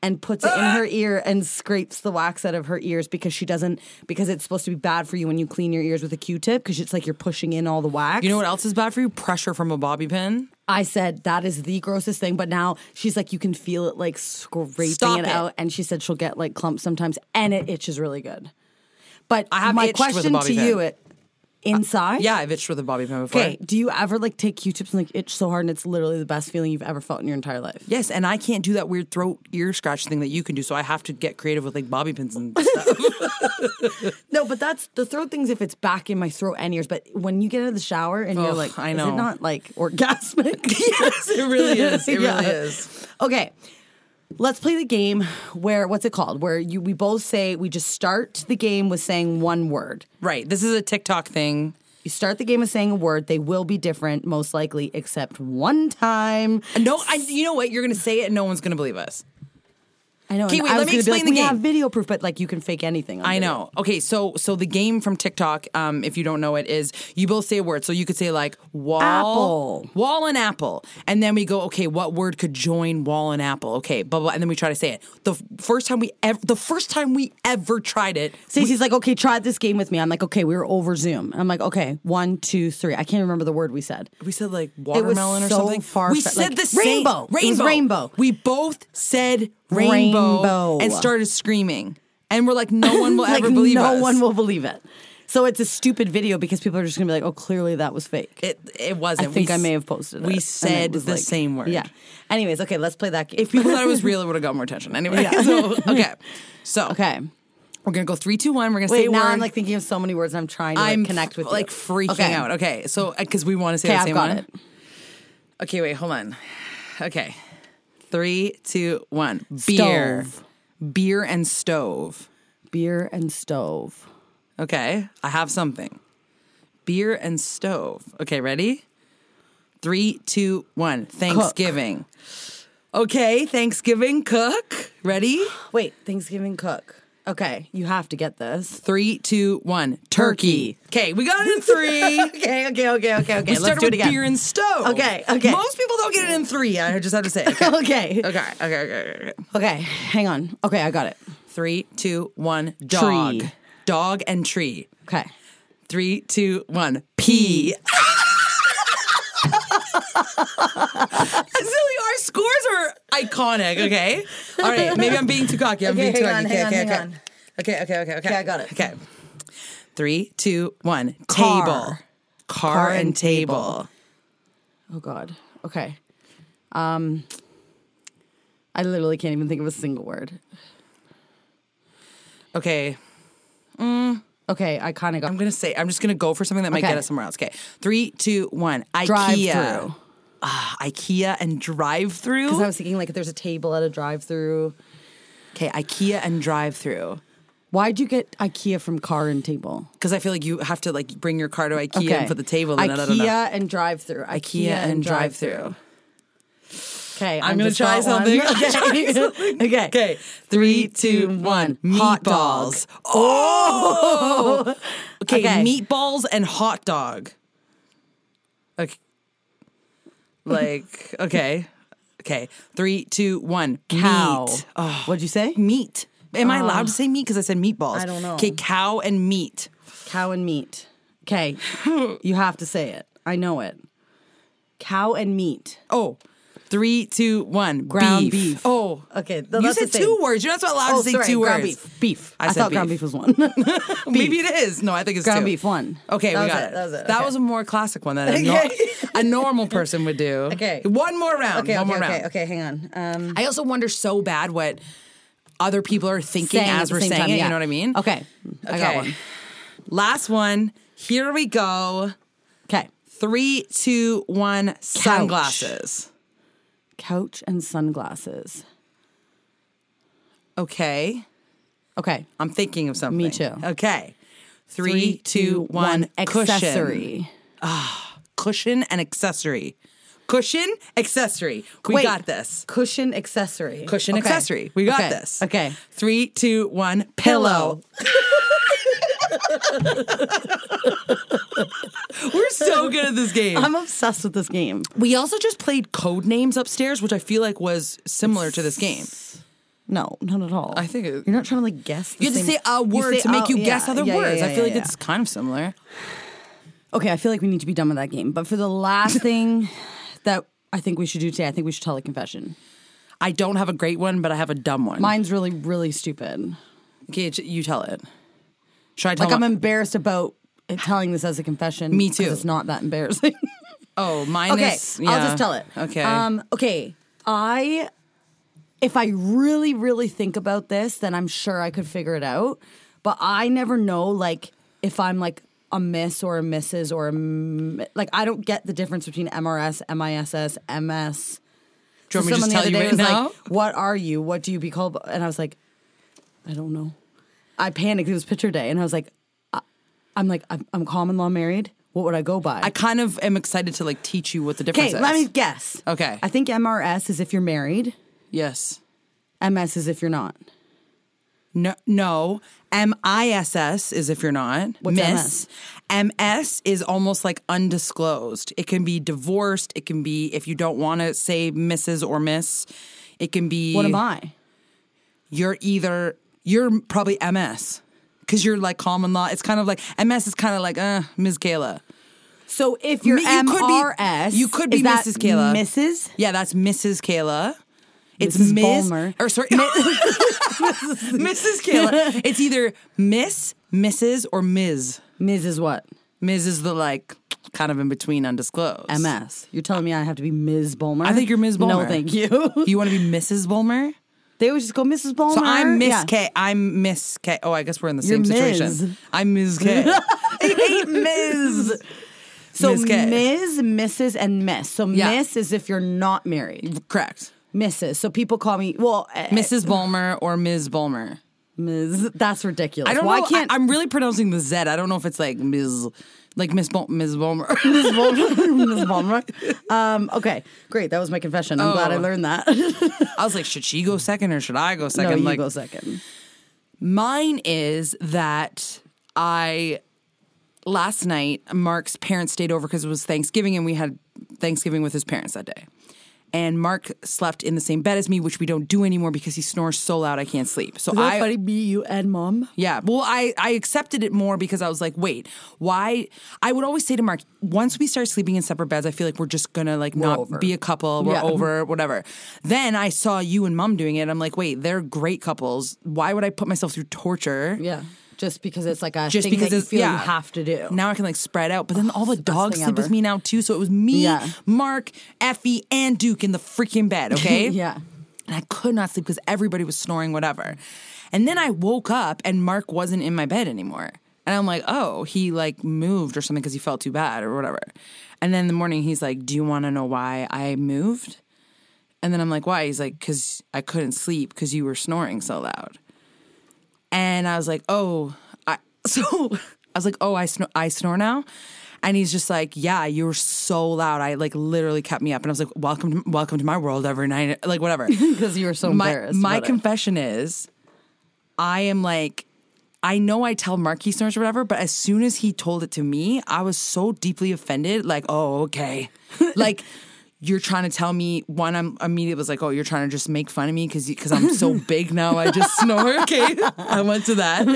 Speaker 1: and puts it in her ear and scrapes the wax out of her ears because she doesn't because it's supposed to be bad for you when you clean your ears with a Q-tip because it's like you're pushing in all the wax.
Speaker 2: You know what else is bad for you? Pressure from a bobby pin.
Speaker 1: I said that is the grossest thing, but now she's like you can feel it like scraping
Speaker 2: Stop
Speaker 1: it,
Speaker 2: it.
Speaker 1: out, and she said she'll get like clumps sometimes, and it itches really good. But
Speaker 2: I have
Speaker 1: my
Speaker 2: itched with a
Speaker 1: question to
Speaker 2: bobby pin.
Speaker 1: you, it inside,
Speaker 2: Yeah, I've itched with a bobby pin before.
Speaker 1: Okay. Do you ever like take Q-tips and like itch so hard and it's literally the best feeling you've ever felt in your entire life?
Speaker 2: Yes, and I can't do that weird throat ear scratch thing that you can do, so I have to get creative with like bobby pins <laughs> and stuff.
Speaker 1: No, but that's the throat things if it's back in my throat and ears. But when you get out of the shower and you're
Speaker 2: Ugh,
Speaker 1: like,
Speaker 2: I
Speaker 1: is
Speaker 2: know.
Speaker 1: it not like orgasmic? <laughs>
Speaker 2: yes, it really is. <laughs> It really is.
Speaker 1: Okay. Let's play the game where what's it called? Where you we both say we just start the game with saying one word.
Speaker 2: Right. This is a TikTok thing.
Speaker 1: You start the game with saying a word. They will be different, most likely, except one time.
Speaker 2: No, I, you know what? You're going to say it and no one's going to believe us.
Speaker 1: I know.
Speaker 2: Okay,
Speaker 1: and
Speaker 2: wait,
Speaker 1: I was
Speaker 2: let me
Speaker 1: gonna be
Speaker 2: explain the
Speaker 1: like, We
Speaker 2: game.
Speaker 1: have video proof, but like you can fake anything. on
Speaker 2: I
Speaker 1: video.
Speaker 2: know. Okay, so so the game from TikTok, um, if you don't know it, is you both say a word. So you could say like wall,
Speaker 1: Apple.
Speaker 2: wall and apple, and then we go. Okay, what word could join wall and apple? Okay, blah blah, and then we try to say it. The f- first time we ever, the first time we ever tried it,
Speaker 1: Stacey's like, okay, try this game with me. I'm like, okay, we were over Zoom. I'm like, okay, one, two, three. I can't remember the word we said.
Speaker 2: we said like
Speaker 1: was
Speaker 2: watermelon or
Speaker 1: so
Speaker 2: something.
Speaker 1: far-
Speaker 2: we
Speaker 1: like,
Speaker 2: said the same-
Speaker 1: rainbow. It was
Speaker 2: rainbow,
Speaker 1: rainbow.
Speaker 2: We both said rainbow,
Speaker 1: Rainbow.
Speaker 2: and started screaming, and we're like, no one
Speaker 1: <laughs>
Speaker 2: will
Speaker 1: like,
Speaker 2: ever believe
Speaker 1: no
Speaker 2: us.
Speaker 1: one will believe it. So it's a stupid video because people are just gonna be like, oh, clearly that was fake.
Speaker 2: It it wasn't.
Speaker 1: I think
Speaker 2: We
Speaker 1: I
Speaker 2: s-
Speaker 1: may have posted it.
Speaker 2: We
Speaker 1: and it
Speaker 2: said
Speaker 1: was
Speaker 2: the
Speaker 1: like-
Speaker 2: same word.
Speaker 1: Yeah. Anyways, okay, let's play that game.
Speaker 2: if people thought it was real, it would have got more attention. Anyway, <laughs> so, okay,
Speaker 1: <laughs>
Speaker 2: so
Speaker 1: <laughs> okay.
Speaker 2: we're gonna go three, two, one. We're gonna
Speaker 1: Wait,
Speaker 2: say a
Speaker 1: now
Speaker 2: word.
Speaker 1: I'm like thinking of so many words and I'm trying to like,
Speaker 2: I'm
Speaker 1: connect with you.
Speaker 2: like freaking
Speaker 1: Okay.
Speaker 2: out. Okay, so because we want to say
Speaker 1: Okay,
Speaker 2: the
Speaker 1: I've
Speaker 2: same
Speaker 1: got
Speaker 2: one.
Speaker 1: it.
Speaker 2: Okay, wait, hold on. Okay, three, two, one. Beer,
Speaker 1: Stove.
Speaker 2: beer, and stove.
Speaker 1: Beer and stove.
Speaker 2: Okay, I have something. Beer and stove. Okay, ready? Three, two, one. Thanksgiving. Okay, Thanksgiving. Cook. Ready?
Speaker 1: Wait, Thanksgiving cook. Okay, you have to get this.
Speaker 2: Three, two, one. Turkey. Okay, we got it
Speaker 1: <laughs>
Speaker 2: in three.
Speaker 1: Okay, okay, okay, okay, okay.
Speaker 2: We
Speaker 1: let's
Speaker 2: started
Speaker 1: do
Speaker 2: with
Speaker 1: it again.
Speaker 2: beer and stove.
Speaker 1: Okay, okay.
Speaker 2: Most people don't get it in three. I just have to say. Okay, okay,
Speaker 1: <laughs> okay.
Speaker 2: okay, okay. okay, okay.
Speaker 1: Okay, hang on. Okay, I got it.
Speaker 2: Three, two, one. Dog.
Speaker 1: Tree.
Speaker 2: Dog and tree.
Speaker 1: Okay.
Speaker 2: Three, two, one. Pee. <laughs> Zilly, our scores are iconic. Okay. All right. Maybe I'm being too cocky. I'm
Speaker 1: Okay,
Speaker 2: being too
Speaker 1: hang on,
Speaker 2: cocky.
Speaker 1: hang
Speaker 2: okay,
Speaker 1: on,
Speaker 2: okay,
Speaker 1: hang on.
Speaker 2: okay. okay. Okay. Okay. Okay.
Speaker 1: Okay, I got it.
Speaker 2: Okay. Three, two, one.
Speaker 1: Car.
Speaker 2: Table. Car,
Speaker 1: Car
Speaker 2: and
Speaker 1: and
Speaker 2: table.
Speaker 1: Oh God. Okay. Um, I literally can't even think of a single word.
Speaker 2: Okay.
Speaker 1: Okay, I kind of got
Speaker 2: I'm gonna say I'm just gonna go for something that might
Speaker 1: Okay.
Speaker 2: get us somewhere else. Okay. Three, two, one. IKEA.
Speaker 1: Drive-through.
Speaker 2: Ah, IKEA and drive
Speaker 1: because I
Speaker 2: through.
Speaker 1: was thinking like if there's a table at a drive-through.
Speaker 2: Okay, IKEA and drive through.
Speaker 1: Why'd you get IKEA from car and table?
Speaker 2: Because I feel like you have to like bring your car to IKEA
Speaker 1: okay.
Speaker 2: and put the table
Speaker 1: IKEA
Speaker 2: in. I don't know.
Speaker 1: and drive-through. IKEA,
Speaker 2: IKEA and drive through.
Speaker 1: Okay,
Speaker 2: I'm,
Speaker 1: I'm
Speaker 2: gonna
Speaker 1: just
Speaker 2: try
Speaker 1: got one.
Speaker 2: something.
Speaker 1: <laughs>
Speaker 2: <laughs>
Speaker 1: Okay.
Speaker 2: okay. Okay. Three, two, one.
Speaker 1: Hot dog.
Speaker 2: Meatballs. Oh. <laughs> Okay,
Speaker 1: Okay.
Speaker 2: Meatballs and hot dog. Okay. Like okay. Okay. Three, two, one.
Speaker 1: Cow.
Speaker 2: Meat. Oh.
Speaker 1: What'd you say?
Speaker 2: Meat. Am I allowed to say meat? Because I said meatballs.
Speaker 1: I don't know.
Speaker 2: Okay. Cow and meat.
Speaker 1: Cow and meat.
Speaker 2: <laughs>
Speaker 1: Okay, you have to say it. I know it. Cow and meat.
Speaker 2: Oh, three, two, one.
Speaker 1: Ground
Speaker 2: beef.
Speaker 1: beef.
Speaker 2: Oh,
Speaker 1: Okay, th-
Speaker 2: you
Speaker 1: that's the
Speaker 2: said
Speaker 1: same.
Speaker 2: two words. You're not allowed to say
Speaker 1: sorry,
Speaker 2: two
Speaker 1: ground
Speaker 2: words.
Speaker 1: Beef. Beef.
Speaker 2: I
Speaker 1: I,
Speaker 2: said
Speaker 1: thought ground
Speaker 2: beef.
Speaker 1: beef was one. <laughs>
Speaker 2: <laughs> Maybe it is. No, I think it's
Speaker 1: Ground
Speaker 2: two.
Speaker 1: beef, one.
Speaker 2: Okay,
Speaker 1: That
Speaker 2: we
Speaker 1: was
Speaker 2: got
Speaker 1: it,
Speaker 2: it.
Speaker 1: that was it,
Speaker 2: That
Speaker 1: okay.
Speaker 2: was a more classic one that
Speaker 1: <laughs>
Speaker 2: a, nor-
Speaker 1: Okay.
Speaker 2: a normal person would do.
Speaker 1: Okay.
Speaker 2: one more round. one more round.
Speaker 1: Hang on. Um,
Speaker 2: I also wonder so bad what other people are thinking
Speaker 1: at
Speaker 2: as
Speaker 1: the
Speaker 2: we're
Speaker 1: same
Speaker 2: saying
Speaker 1: time,
Speaker 2: it.
Speaker 1: yeah.
Speaker 2: You know what I mean?
Speaker 1: Okay, I got
Speaker 2: Okay.
Speaker 1: one.
Speaker 2: Last one. Here we go.
Speaker 1: Okay,
Speaker 2: Three, two, one. Sunglasses.
Speaker 1: couch and sunglasses.
Speaker 2: Okay.
Speaker 1: Okay,
Speaker 2: I'm thinking of something.
Speaker 1: too.
Speaker 2: Okay. Three, two, one. Cushion.
Speaker 1: accessory.
Speaker 2: Cushion and accessory. Cushion, accessory. We
Speaker 1: Wait.
Speaker 2: got this.
Speaker 1: Cushion accessory.
Speaker 2: Cushion,
Speaker 1: Okay.
Speaker 2: accessory. We got
Speaker 1: Okay.
Speaker 2: this.
Speaker 1: Okay.
Speaker 2: Three, two, one. Pillow. We're so good at this game.
Speaker 1: I'm obsessed with this game.
Speaker 2: Um, we also just played code names upstairs, which I feel like was similar to this game.
Speaker 1: No, not at all.
Speaker 2: I think it-
Speaker 1: you're not trying to like guess. The
Speaker 2: You have to
Speaker 1: same-
Speaker 2: say a
Speaker 1: You
Speaker 2: word
Speaker 1: say
Speaker 2: to make
Speaker 1: a-
Speaker 2: you
Speaker 1: yeah,
Speaker 2: guess other
Speaker 1: yeah, yeah,
Speaker 2: words. I
Speaker 1: yeah,
Speaker 2: feel like
Speaker 1: yeah.
Speaker 2: it's kind of similar.
Speaker 1: Okay, I feel like we need to be done with that game. But for the last
Speaker 2: <laughs>
Speaker 1: thing that I think we should do today, I think we should tell a confession.
Speaker 2: I don't have a great one, but I have a dumb one.
Speaker 1: Mine's really, really stupid.
Speaker 2: Gage, you tell it. Should I tell
Speaker 1: Like I'm
Speaker 2: Oh, my-
Speaker 1: embarrassed about telling this as a confession.
Speaker 2: Me
Speaker 1: 'cause
Speaker 2: too.
Speaker 1: It's not that embarrassing. <laughs>
Speaker 2: Oh, mine
Speaker 1: okay,
Speaker 2: is.
Speaker 1: I'll
Speaker 2: yeah.
Speaker 1: just tell it.
Speaker 2: Okay.
Speaker 1: Um, okay, I. If I really, really think about this, then I'm sure I could figure it out. But I never know, like, if I'm like a miss or a missus or a m- like I don't get the difference between MRS, MISS, MS.
Speaker 2: Do you want
Speaker 1: So
Speaker 2: me to just tell
Speaker 1: someone
Speaker 2: you
Speaker 1: the other day
Speaker 2: right
Speaker 1: was
Speaker 2: now?
Speaker 1: Like, what are you? What do you be called? And I was like, I don't know. I panicked. It was picture day, and I was like, I, I'm like, I'm, I'm common law married. What would I go by?
Speaker 2: I kind of am excited to like teach you what the difference
Speaker 1: okay,
Speaker 2: is.
Speaker 1: let me guess.
Speaker 2: Okay.
Speaker 1: I think MRS is if you're married.
Speaker 2: Yes.
Speaker 1: MS is if you're not.
Speaker 2: No. No. M I S S is if you're not.
Speaker 1: What's
Speaker 2: Miss. MS? is almost like undisclosed. It can be divorced. It can be if you don't want to say Mrs. or Miss. It can be.
Speaker 1: What am I?
Speaker 2: You're either you're probably MS because you're like common law. It's kind of like MS is kind of like uh Ms. Kayla.
Speaker 1: So if you're
Speaker 2: You could be-
Speaker 1: MRS,
Speaker 2: you could be
Speaker 1: is that
Speaker 2: Mrs. Kayla.
Speaker 1: Mrs.
Speaker 2: Yeah, that's Mrs. Kayla. It's
Speaker 1: Mrs.
Speaker 2: Ms.
Speaker 1: Ballmer.
Speaker 2: Or
Speaker 1: <laughs>
Speaker 2: <laughs> sorry, Mrs. Kayla. It's either Miss, Mrs. or Ms.
Speaker 1: Ms is what?
Speaker 2: Ms. is the like kind of in between, undisclosed.
Speaker 1: MS. You're telling me I have to be Ms. Bulmer?
Speaker 2: I think you're Ms. Bulmer.
Speaker 1: No, thank you. <laughs>
Speaker 2: You want to be Mrs. Bulmer?
Speaker 1: they always just go Mrs. Bulmer.
Speaker 2: So I'm Miss
Speaker 1: <laughs> Yeah.
Speaker 2: K. I'm Miss K. Oh, I guess we're in the
Speaker 1: You're
Speaker 2: same
Speaker 1: Ms.
Speaker 2: situation. I'm Ms. K.
Speaker 1: <laughs> I hate Ms. So
Speaker 2: Ms. K.
Speaker 1: Ms, Mrs, and Miss. So
Speaker 2: Yeah.
Speaker 1: Miss is if you're not married.
Speaker 2: Correct.
Speaker 1: Mrs. So people call me well eh,
Speaker 2: Mrs. Bulmer or Ms. Bulmer.
Speaker 1: Ms. That's ridiculous.
Speaker 2: I don't
Speaker 1: Why
Speaker 2: know.
Speaker 1: can't
Speaker 2: I, am really pronouncing the Z. I don't know if it's like Ms. Like Miss Bul- Ms. Bulmer.
Speaker 1: Ms. <laughs> Bulmer? Ms. Bulmer. Um, okay, great. That was my confession. I'm glad I
Speaker 2: Oh.
Speaker 1: learned that. <laughs> no,
Speaker 2: <laughs> I was like, should she go second or should I go second?
Speaker 1: you
Speaker 2: like,
Speaker 1: go second.
Speaker 2: Mine is that I last night Mark's parents stayed over because it was Thanksgiving and we had Thanksgiving with his parents that day. And Mark slept in the same bed as me, which we don't do anymore because he snores so loud I can't sleep. So I
Speaker 1: Me, you, and mom.
Speaker 2: yeah. Well, I, I accepted it more because I was like, wait, why? I would always say to Mark, once we start sleeping in separate beds, I feel like we're just gonna like not
Speaker 1: over.
Speaker 2: be a couple. We're
Speaker 1: Yeah.
Speaker 2: over, whatever. Then I saw you and mom doing it. I'm like, wait, they're great couples. Why would I put myself through torture?
Speaker 1: Yeah, just because it's like a
Speaker 2: Just
Speaker 1: thing
Speaker 2: because
Speaker 1: that you
Speaker 2: it's-
Speaker 1: feel
Speaker 2: yeah.
Speaker 1: you have to do. <laughs>
Speaker 2: Now I can like spread out, but then all the dogs
Speaker 1: thing
Speaker 2: sleep with
Speaker 1: ever.
Speaker 2: me now too. So it was me,
Speaker 1: Yeah.
Speaker 2: Mark, Effie, and Duke in the freaking
Speaker 1: <laughs>
Speaker 2: bed. Okay,
Speaker 1: Yeah.
Speaker 2: and I could not sleep because everybody was snoring, whatever. And then I woke up and Mark wasn't in my bed anymore. And I'm like, oh, he like moved or something because he felt too bad or whatever. And then in the morning, he's like, do you want to know why I moved? And then I'm like, why? He's like, because I couldn't sleep because you were snoring so loud. <laughs> And I was like, oh, I, so I was like, oh, I snore, I snore now. And he's just like, "Yeah, you were so loud. I like literally kept me up." And I was like, "Welcome, to, welcome to my world every night."
Speaker 1: <laughs>
Speaker 2: Like whatever.
Speaker 1: because you were so
Speaker 2: my
Speaker 1: embarrassed.
Speaker 2: my
Speaker 1: about it.
Speaker 2: confession is, I am like. I know I tell Mark he snores or whatever, but as soon as he told it to me, I was so deeply offended. Like, oh, okay.
Speaker 1: <laughs>
Speaker 2: like, you're trying to tell me one. I'm immediately was like, oh, you're trying to just make fun of me because because I'm
Speaker 1: <laughs>
Speaker 2: so big now. I just <laughs> snore. Okay, I went to that.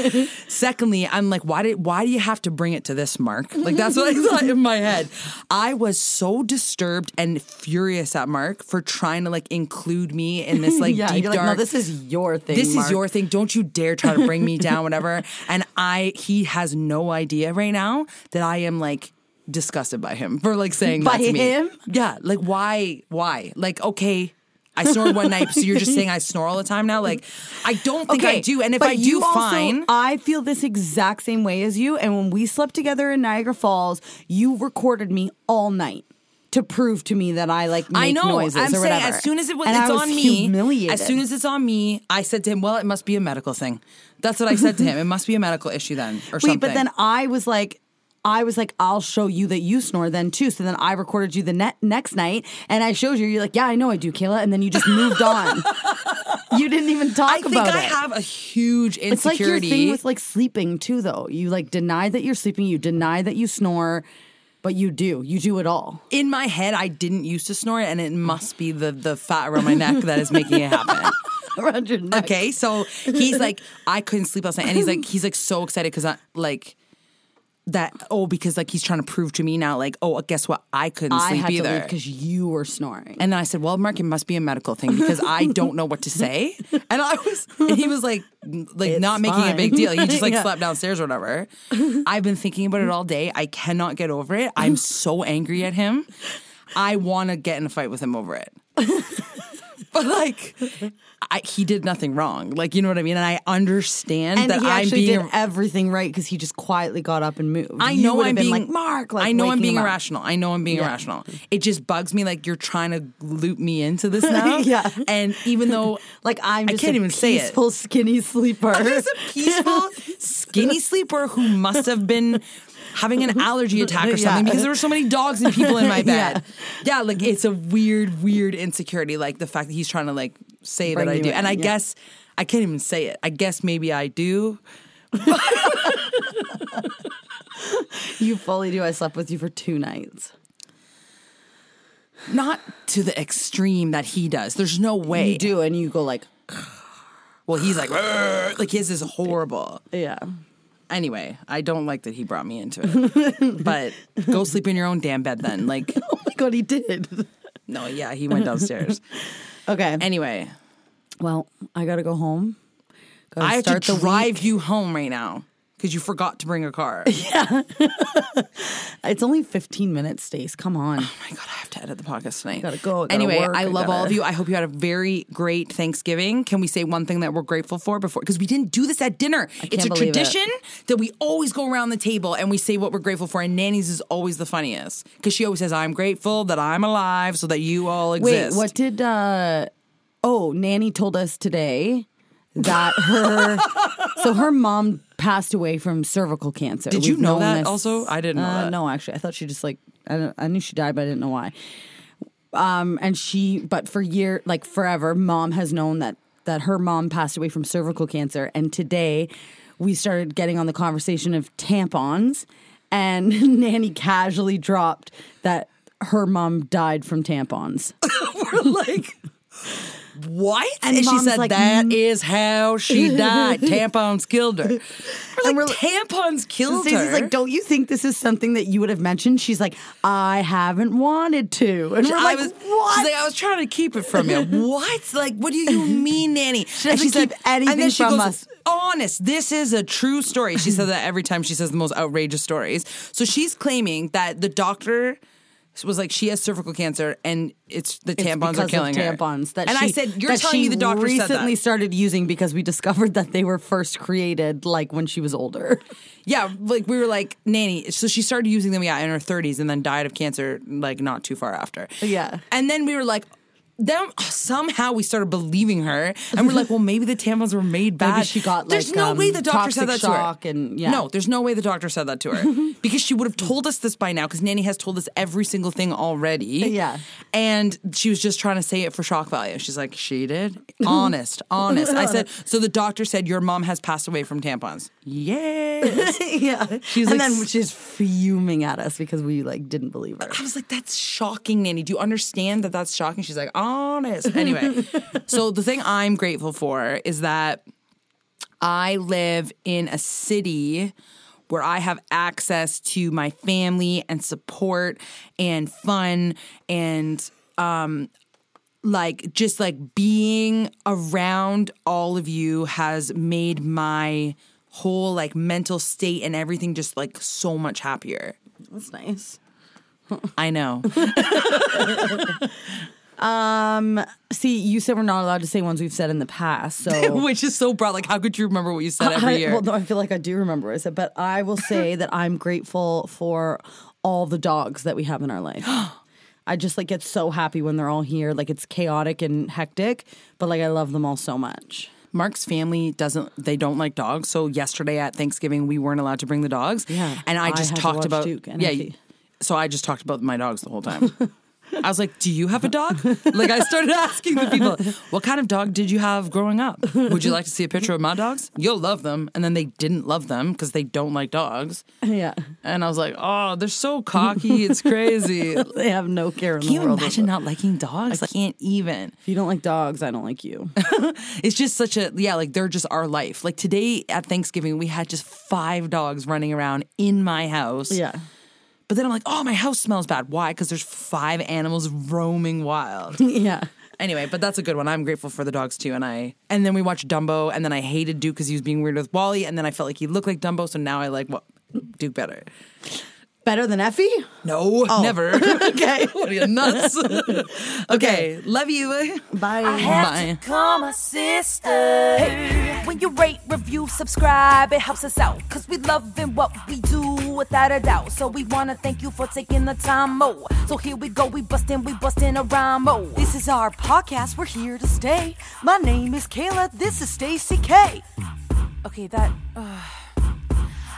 Speaker 2: Secondly, I'm like, why did why do you have to bring it to this, Mark? Like that's what I thought in my head. I was so disturbed and furious at Mark for trying to like include me
Speaker 1: <laughs>
Speaker 2: in this like
Speaker 1: yeah,
Speaker 2: deep
Speaker 1: you're like,
Speaker 2: dark.
Speaker 1: no, this is your thing.
Speaker 2: This
Speaker 1: Mark."
Speaker 2: is your thing. Don't you dare try to bring
Speaker 1: <laughs>
Speaker 2: me down, whatever. And I, he has no idea right now that I am like disgusted by him for like saying
Speaker 1: By
Speaker 2: that to me.
Speaker 1: him?
Speaker 2: Yeah. Like why? Why? Like okay. I snored one night, so you're just saying I snore all the time now? Like, I don't think I do. And if
Speaker 1: but
Speaker 2: I do,
Speaker 1: you also-
Speaker 2: fine.
Speaker 1: I feel this exact same way as you. And when we slept together in Niagara Falls, you recorded me all night to prove to me that I like make
Speaker 2: I know.
Speaker 1: noises
Speaker 2: I'm
Speaker 1: or
Speaker 2: saying
Speaker 1: whatever.
Speaker 2: as soon as it was,
Speaker 1: and
Speaker 2: it's
Speaker 1: I was
Speaker 2: on me.
Speaker 1: Humiliated.
Speaker 2: As soon as it's on me, I said to him, "Well, it must be a medical thing." That's what I said to him. It must be a medical issue then, or something.
Speaker 1: wait, but then I was like. I was like, I'll show you that you snore then too. So then I recorded you the net next night, and I showed you. You're like, yeah, I know I do, Kayla. And then you just moved
Speaker 2: <laughs>
Speaker 1: on. you didn't even talk
Speaker 2: I think
Speaker 1: about
Speaker 2: I
Speaker 1: it.
Speaker 2: have a huge
Speaker 1: It's like your
Speaker 2: insecurity.
Speaker 1: thing with like sleeping too, though. You like deny that you're sleeping, you deny that you snore, but you do. You do it all. <laughs>
Speaker 2: in my head, I didn't used to snore, and it must be the the fat around my neck that is making
Speaker 1: <laughs>
Speaker 2: it happen.
Speaker 1: Around your neck.
Speaker 2: Okay, so he's like, I couldn't sleep last night, and he's like, he's like so excited because I like that. Oh, because like he's trying to prove to me now, like, oh, guess what? I couldn't
Speaker 1: I
Speaker 2: sleep
Speaker 1: had
Speaker 2: either.
Speaker 1: to leave because you were snoring.
Speaker 2: and then I said, "Well, Mark, it must be a medical thing because I don't know what to
Speaker 1: <laughs>
Speaker 2: say." And I was, and he was like, like not making a
Speaker 1: fine.
Speaker 2: big deal. He just
Speaker 1: <laughs>
Speaker 2: like
Speaker 1: Yeah.
Speaker 2: slept downstairs or whatever. I've been thinking about it all day. I cannot get over it. I'm so angry at him. I want to get in a fight with him over it. <laughs> but like, I, he did nothing wrong. Like you know what I mean. And I understand
Speaker 1: And
Speaker 2: that
Speaker 1: he
Speaker 2: I'm
Speaker 1: actually
Speaker 2: being.
Speaker 1: did everything right because he just quietly got up and moved.
Speaker 2: I
Speaker 1: You
Speaker 2: know
Speaker 1: would've
Speaker 2: I'm
Speaker 1: been
Speaker 2: being
Speaker 1: like Mark. Like
Speaker 2: I know I'm
Speaker 1: waking
Speaker 2: being
Speaker 1: him up.
Speaker 2: irrational. I know I'm being
Speaker 1: Yeah.
Speaker 2: irrational. It just bugs me like you're trying to loop me
Speaker 1: <laughs>
Speaker 2: into this now.
Speaker 1: Yeah.
Speaker 2: and even though
Speaker 1: Like I'm.
Speaker 2: I
Speaker 1: Just
Speaker 2: can't
Speaker 1: a
Speaker 2: even say it.
Speaker 1: peaceful, skinny sleeper.
Speaker 2: I'm just a peaceful <laughs> skinny sleeper who must have been having an allergy attack or
Speaker 1: <laughs>
Speaker 2: something
Speaker 1: Yeah.
Speaker 2: because there were so many dogs and people
Speaker 1: <laughs>
Speaker 2: in my bed. Yeah. like it's a weird, weird insecurity. Like the fact that he's trying to like say
Speaker 1: Bring
Speaker 2: that I
Speaker 1: you
Speaker 2: do,
Speaker 1: in,
Speaker 2: and I
Speaker 1: yeah.
Speaker 2: guess I can't even say it. I guess maybe I do.
Speaker 1: <laughs> you fully do. I slept with you for two nights.
Speaker 2: Not to the extreme that he does. There's no way.
Speaker 1: You do, and you go like,
Speaker 2: Well, he's like, "Rrr," like his is horrible.
Speaker 1: yeah.
Speaker 2: Anyway, I don't like that he brought me into it. but go sleep in your own damn bed
Speaker 1: <laughs>
Speaker 2: then. Like,
Speaker 1: Oh my god, he did.
Speaker 2: no, yeah, he went downstairs.
Speaker 1: <laughs> Okay.
Speaker 2: Anyway,
Speaker 1: well, I gotta go home. Gotta
Speaker 2: I have to
Speaker 1: start the week.
Speaker 2: drive you home right now because you forgot to bring
Speaker 1: <laughs>
Speaker 2: a car. oh
Speaker 1: It's only 15 minutes, Stace. Come <sighs> on.
Speaker 2: my god, I have to edit the podcast tonight.
Speaker 1: Gotta go, gotta
Speaker 2: anyway,
Speaker 1: work,
Speaker 2: I
Speaker 1: I
Speaker 2: love all
Speaker 1: gotta-
Speaker 2: of you. I hope you had a very great Thanksgiving. Can we say one thing that we're grateful for before? Because we didn't do this at dinner. It's
Speaker 1: can't
Speaker 2: a
Speaker 1: believe it.
Speaker 2: tradition that we always go around the table and we say what we're grateful for. And Nanny's is always the funniest because she always says, "I'm grateful that I'm alive, so that you all
Speaker 1: Wait,
Speaker 2: exist."
Speaker 1: what did uh Oh, Nanny told us today that <laughs> her so her mom passed away from cervical cancer.
Speaker 2: Did you
Speaker 1: We've
Speaker 2: know
Speaker 1: known
Speaker 2: that
Speaker 1: this-
Speaker 2: also? I didn't know
Speaker 1: Uh,
Speaker 2: that.
Speaker 1: No, actually. I thought she just like I don't, I knew she died, but I didn't know why. Um and she but for year like forever mom has known that that her mom passed away from cervical cancer and today we started getting on the conversation of tampons and <laughs> Nanny casually dropped that her mom died from tampons.
Speaker 2: <laughs>
Speaker 1: <laughs>
Speaker 2: we're like. What? And, she
Speaker 1: Mom's
Speaker 2: said,
Speaker 1: like,
Speaker 2: "That
Speaker 1: "Mm."
Speaker 2: is how she
Speaker 1: <laughs>
Speaker 2: died. tampons killed her." We're
Speaker 1: And
Speaker 2: like,
Speaker 1: we're like-
Speaker 2: tampons killed
Speaker 1: Stacey's
Speaker 2: her.
Speaker 1: like, don't you think this is something that you would have mentioned? She's like, I haven't wanted to. And we're
Speaker 2: I
Speaker 1: like,
Speaker 2: was, she's
Speaker 1: what?
Speaker 2: like, I was trying to keep it
Speaker 1: <laughs>
Speaker 2: from you. what? Like, what do you mean, Nanny? She
Speaker 1: doesn't keep anything
Speaker 2: and then she
Speaker 1: from
Speaker 2: goes,
Speaker 1: us.
Speaker 2: Honest, this is a true story.
Speaker 1: <laughs>
Speaker 2: She says that every time she says the most outrageous stories. So she's claiming that the doctor was like, she has cervical cancer, and it's the
Speaker 1: It's
Speaker 2: tampons
Speaker 1: because
Speaker 2: are
Speaker 1: of
Speaker 2: killing her.
Speaker 1: tampons That
Speaker 2: and I
Speaker 1: she-
Speaker 2: said, you're
Speaker 1: that
Speaker 2: telling
Speaker 1: she
Speaker 2: me the doctor
Speaker 1: recently
Speaker 2: said that?
Speaker 1: started using because we discovered that they were first created like when she was
Speaker 2: <laughs>
Speaker 1: older.
Speaker 2: Yeah, like we were like nanny. So she started using them, yeah, in her 30s, and then died of cancer, like not too far after.
Speaker 1: Yeah.
Speaker 2: and then we were like, then somehow we started believing her, and we're like, well, maybe the tampons were made bad.
Speaker 1: she got,
Speaker 2: There's
Speaker 1: like,
Speaker 2: no way
Speaker 1: um,
Speaker 2: the doctor said that
Speaker 1: toxic
Speaker 2: to her.
Speaker 1: shock and- yeah.
Speaker 2: No, there's no way the doctor said that to her
Speaker 1: <laughs>
Speaker 2: because she would have told us this by now. Because Nanny has told us every single thing already.
Speaker 1: Yeah.
Speaker 2: and she was just trying to say it for shock value. She's like, she
Speaker 1: <laughs>
Speaker 2: did. Honest, honest. I said. So the doctor said your mom has passed away from tampons. Yes.
Speaker 1: yeah.
Speaker 2: She's
Speaker 1: and
Speaker 2: like
Speaker 1: then
Speaker 2: s-
Speaker 1: she's fuming at us because we like didn't believe her.
Speaker 2: I was like, that's shocking, Nanny. Do you understand that that's shocking? She's like, honest. Anyway, so the thing I'm grateful for is that I live in a city where I have access to my family and support and fun and um, like just like being around all of you has made my whole like mental state and everything just like so much happier.
Speaker 4: That's nice.
Speaker 2: I know.
Speaker 1: See, you said we're not allowed to say ones we've said in the past,
Speaker 2: <laughs>
Speaker 1: so
Speaker 2: Which is so broad. Like, how could you remember what you
Speaker 1: <laughs>
Speaker 2: said
Speaker 1: I-
Speaker 2: every year?
Speaker 1: Well, no, I feel like I do remember what I said, but I
Speaker 2: <laughs>
Speaker 1: will say that I'm grateful for all the dogs that we have in our
Speaker 2: <gasps>
Speaker 1: life. I just like get so happy when they're all here. Like it's chaotic and hectic, but like I love them all so much.
Speaker 2: Mark's family doesn't. They don't like dogs. So yesterday at Thanksgiving, we weren't allowed to bring the dogs.
Speaker 1: Yeah.
Speaker 2: and I
Speaker 1: I
Speaker 2: just
Speaker 1: had to
Speaker 2: talked
Speaker 1: watch
Speaker 2: about
Speaker 1: Duke and
Speaker 2: yeah.
Speaker 1: Effie.
Speaker 2: So I just talked about my dogs the whole time. <laughs> I was like, "Do you have a dog?" Like I started <laughs> asking the people, "What kind of dog did you have growing up? Would you like to see a picture of my dogs? You'll love them." And then they didn't love them because they don't like dogs.
Speaker 1: Yeah,
Speaker 2: And I was like, "Oh, they're so cocky. It's crazy." Can
Speaker 1: they have no care in the
Speaker 2: <laughs> you
Speaker 1: world.
Speaker 2: imagine not liking dogs? I can't even.
Speaker 1: If you don't like dogs, I don't like you.
Speaker 2: It's just such a yeah, like they're just our life. Like today at Thanksgiving, we had just five dogs running around in my
Speaker 1: <laughs>
Speaker 2: house.
Speaker 1: yeah,
Speaker 2: But then I'm like, oh, my house smells bad. Why? Because there's five animals roaming wild.
Speaker 1: yeah.
Speaker 2: anyway, but that's a good one. I'm grateful for the dogs too. And I and then we watched Dumbo, and then I hated Duke because he was being weird with Wally, and then I felt like he looked like Dumbo, so now I like what Duke better.
Speaker 1: Better than Effie?
Speaker 2: No, never. <laughs>
Speaker 1: Okay.
Speaker 2: what are you nuts? okay, love you.
Speaker 1: <laughs> Bye.
Speaker 2: Bye.
Speaker 5: Call my sister. When you rate, review, subscribe, it helps us out. Cause we loving what we do without a doubt. So we wanna thank you for taking the time, mo. So here we go, we bustin', we bustin' a rhyme, mo. This is our podcast, we're here to stay. My name is Kayla, this is Stacy K. Okay, that. Uh,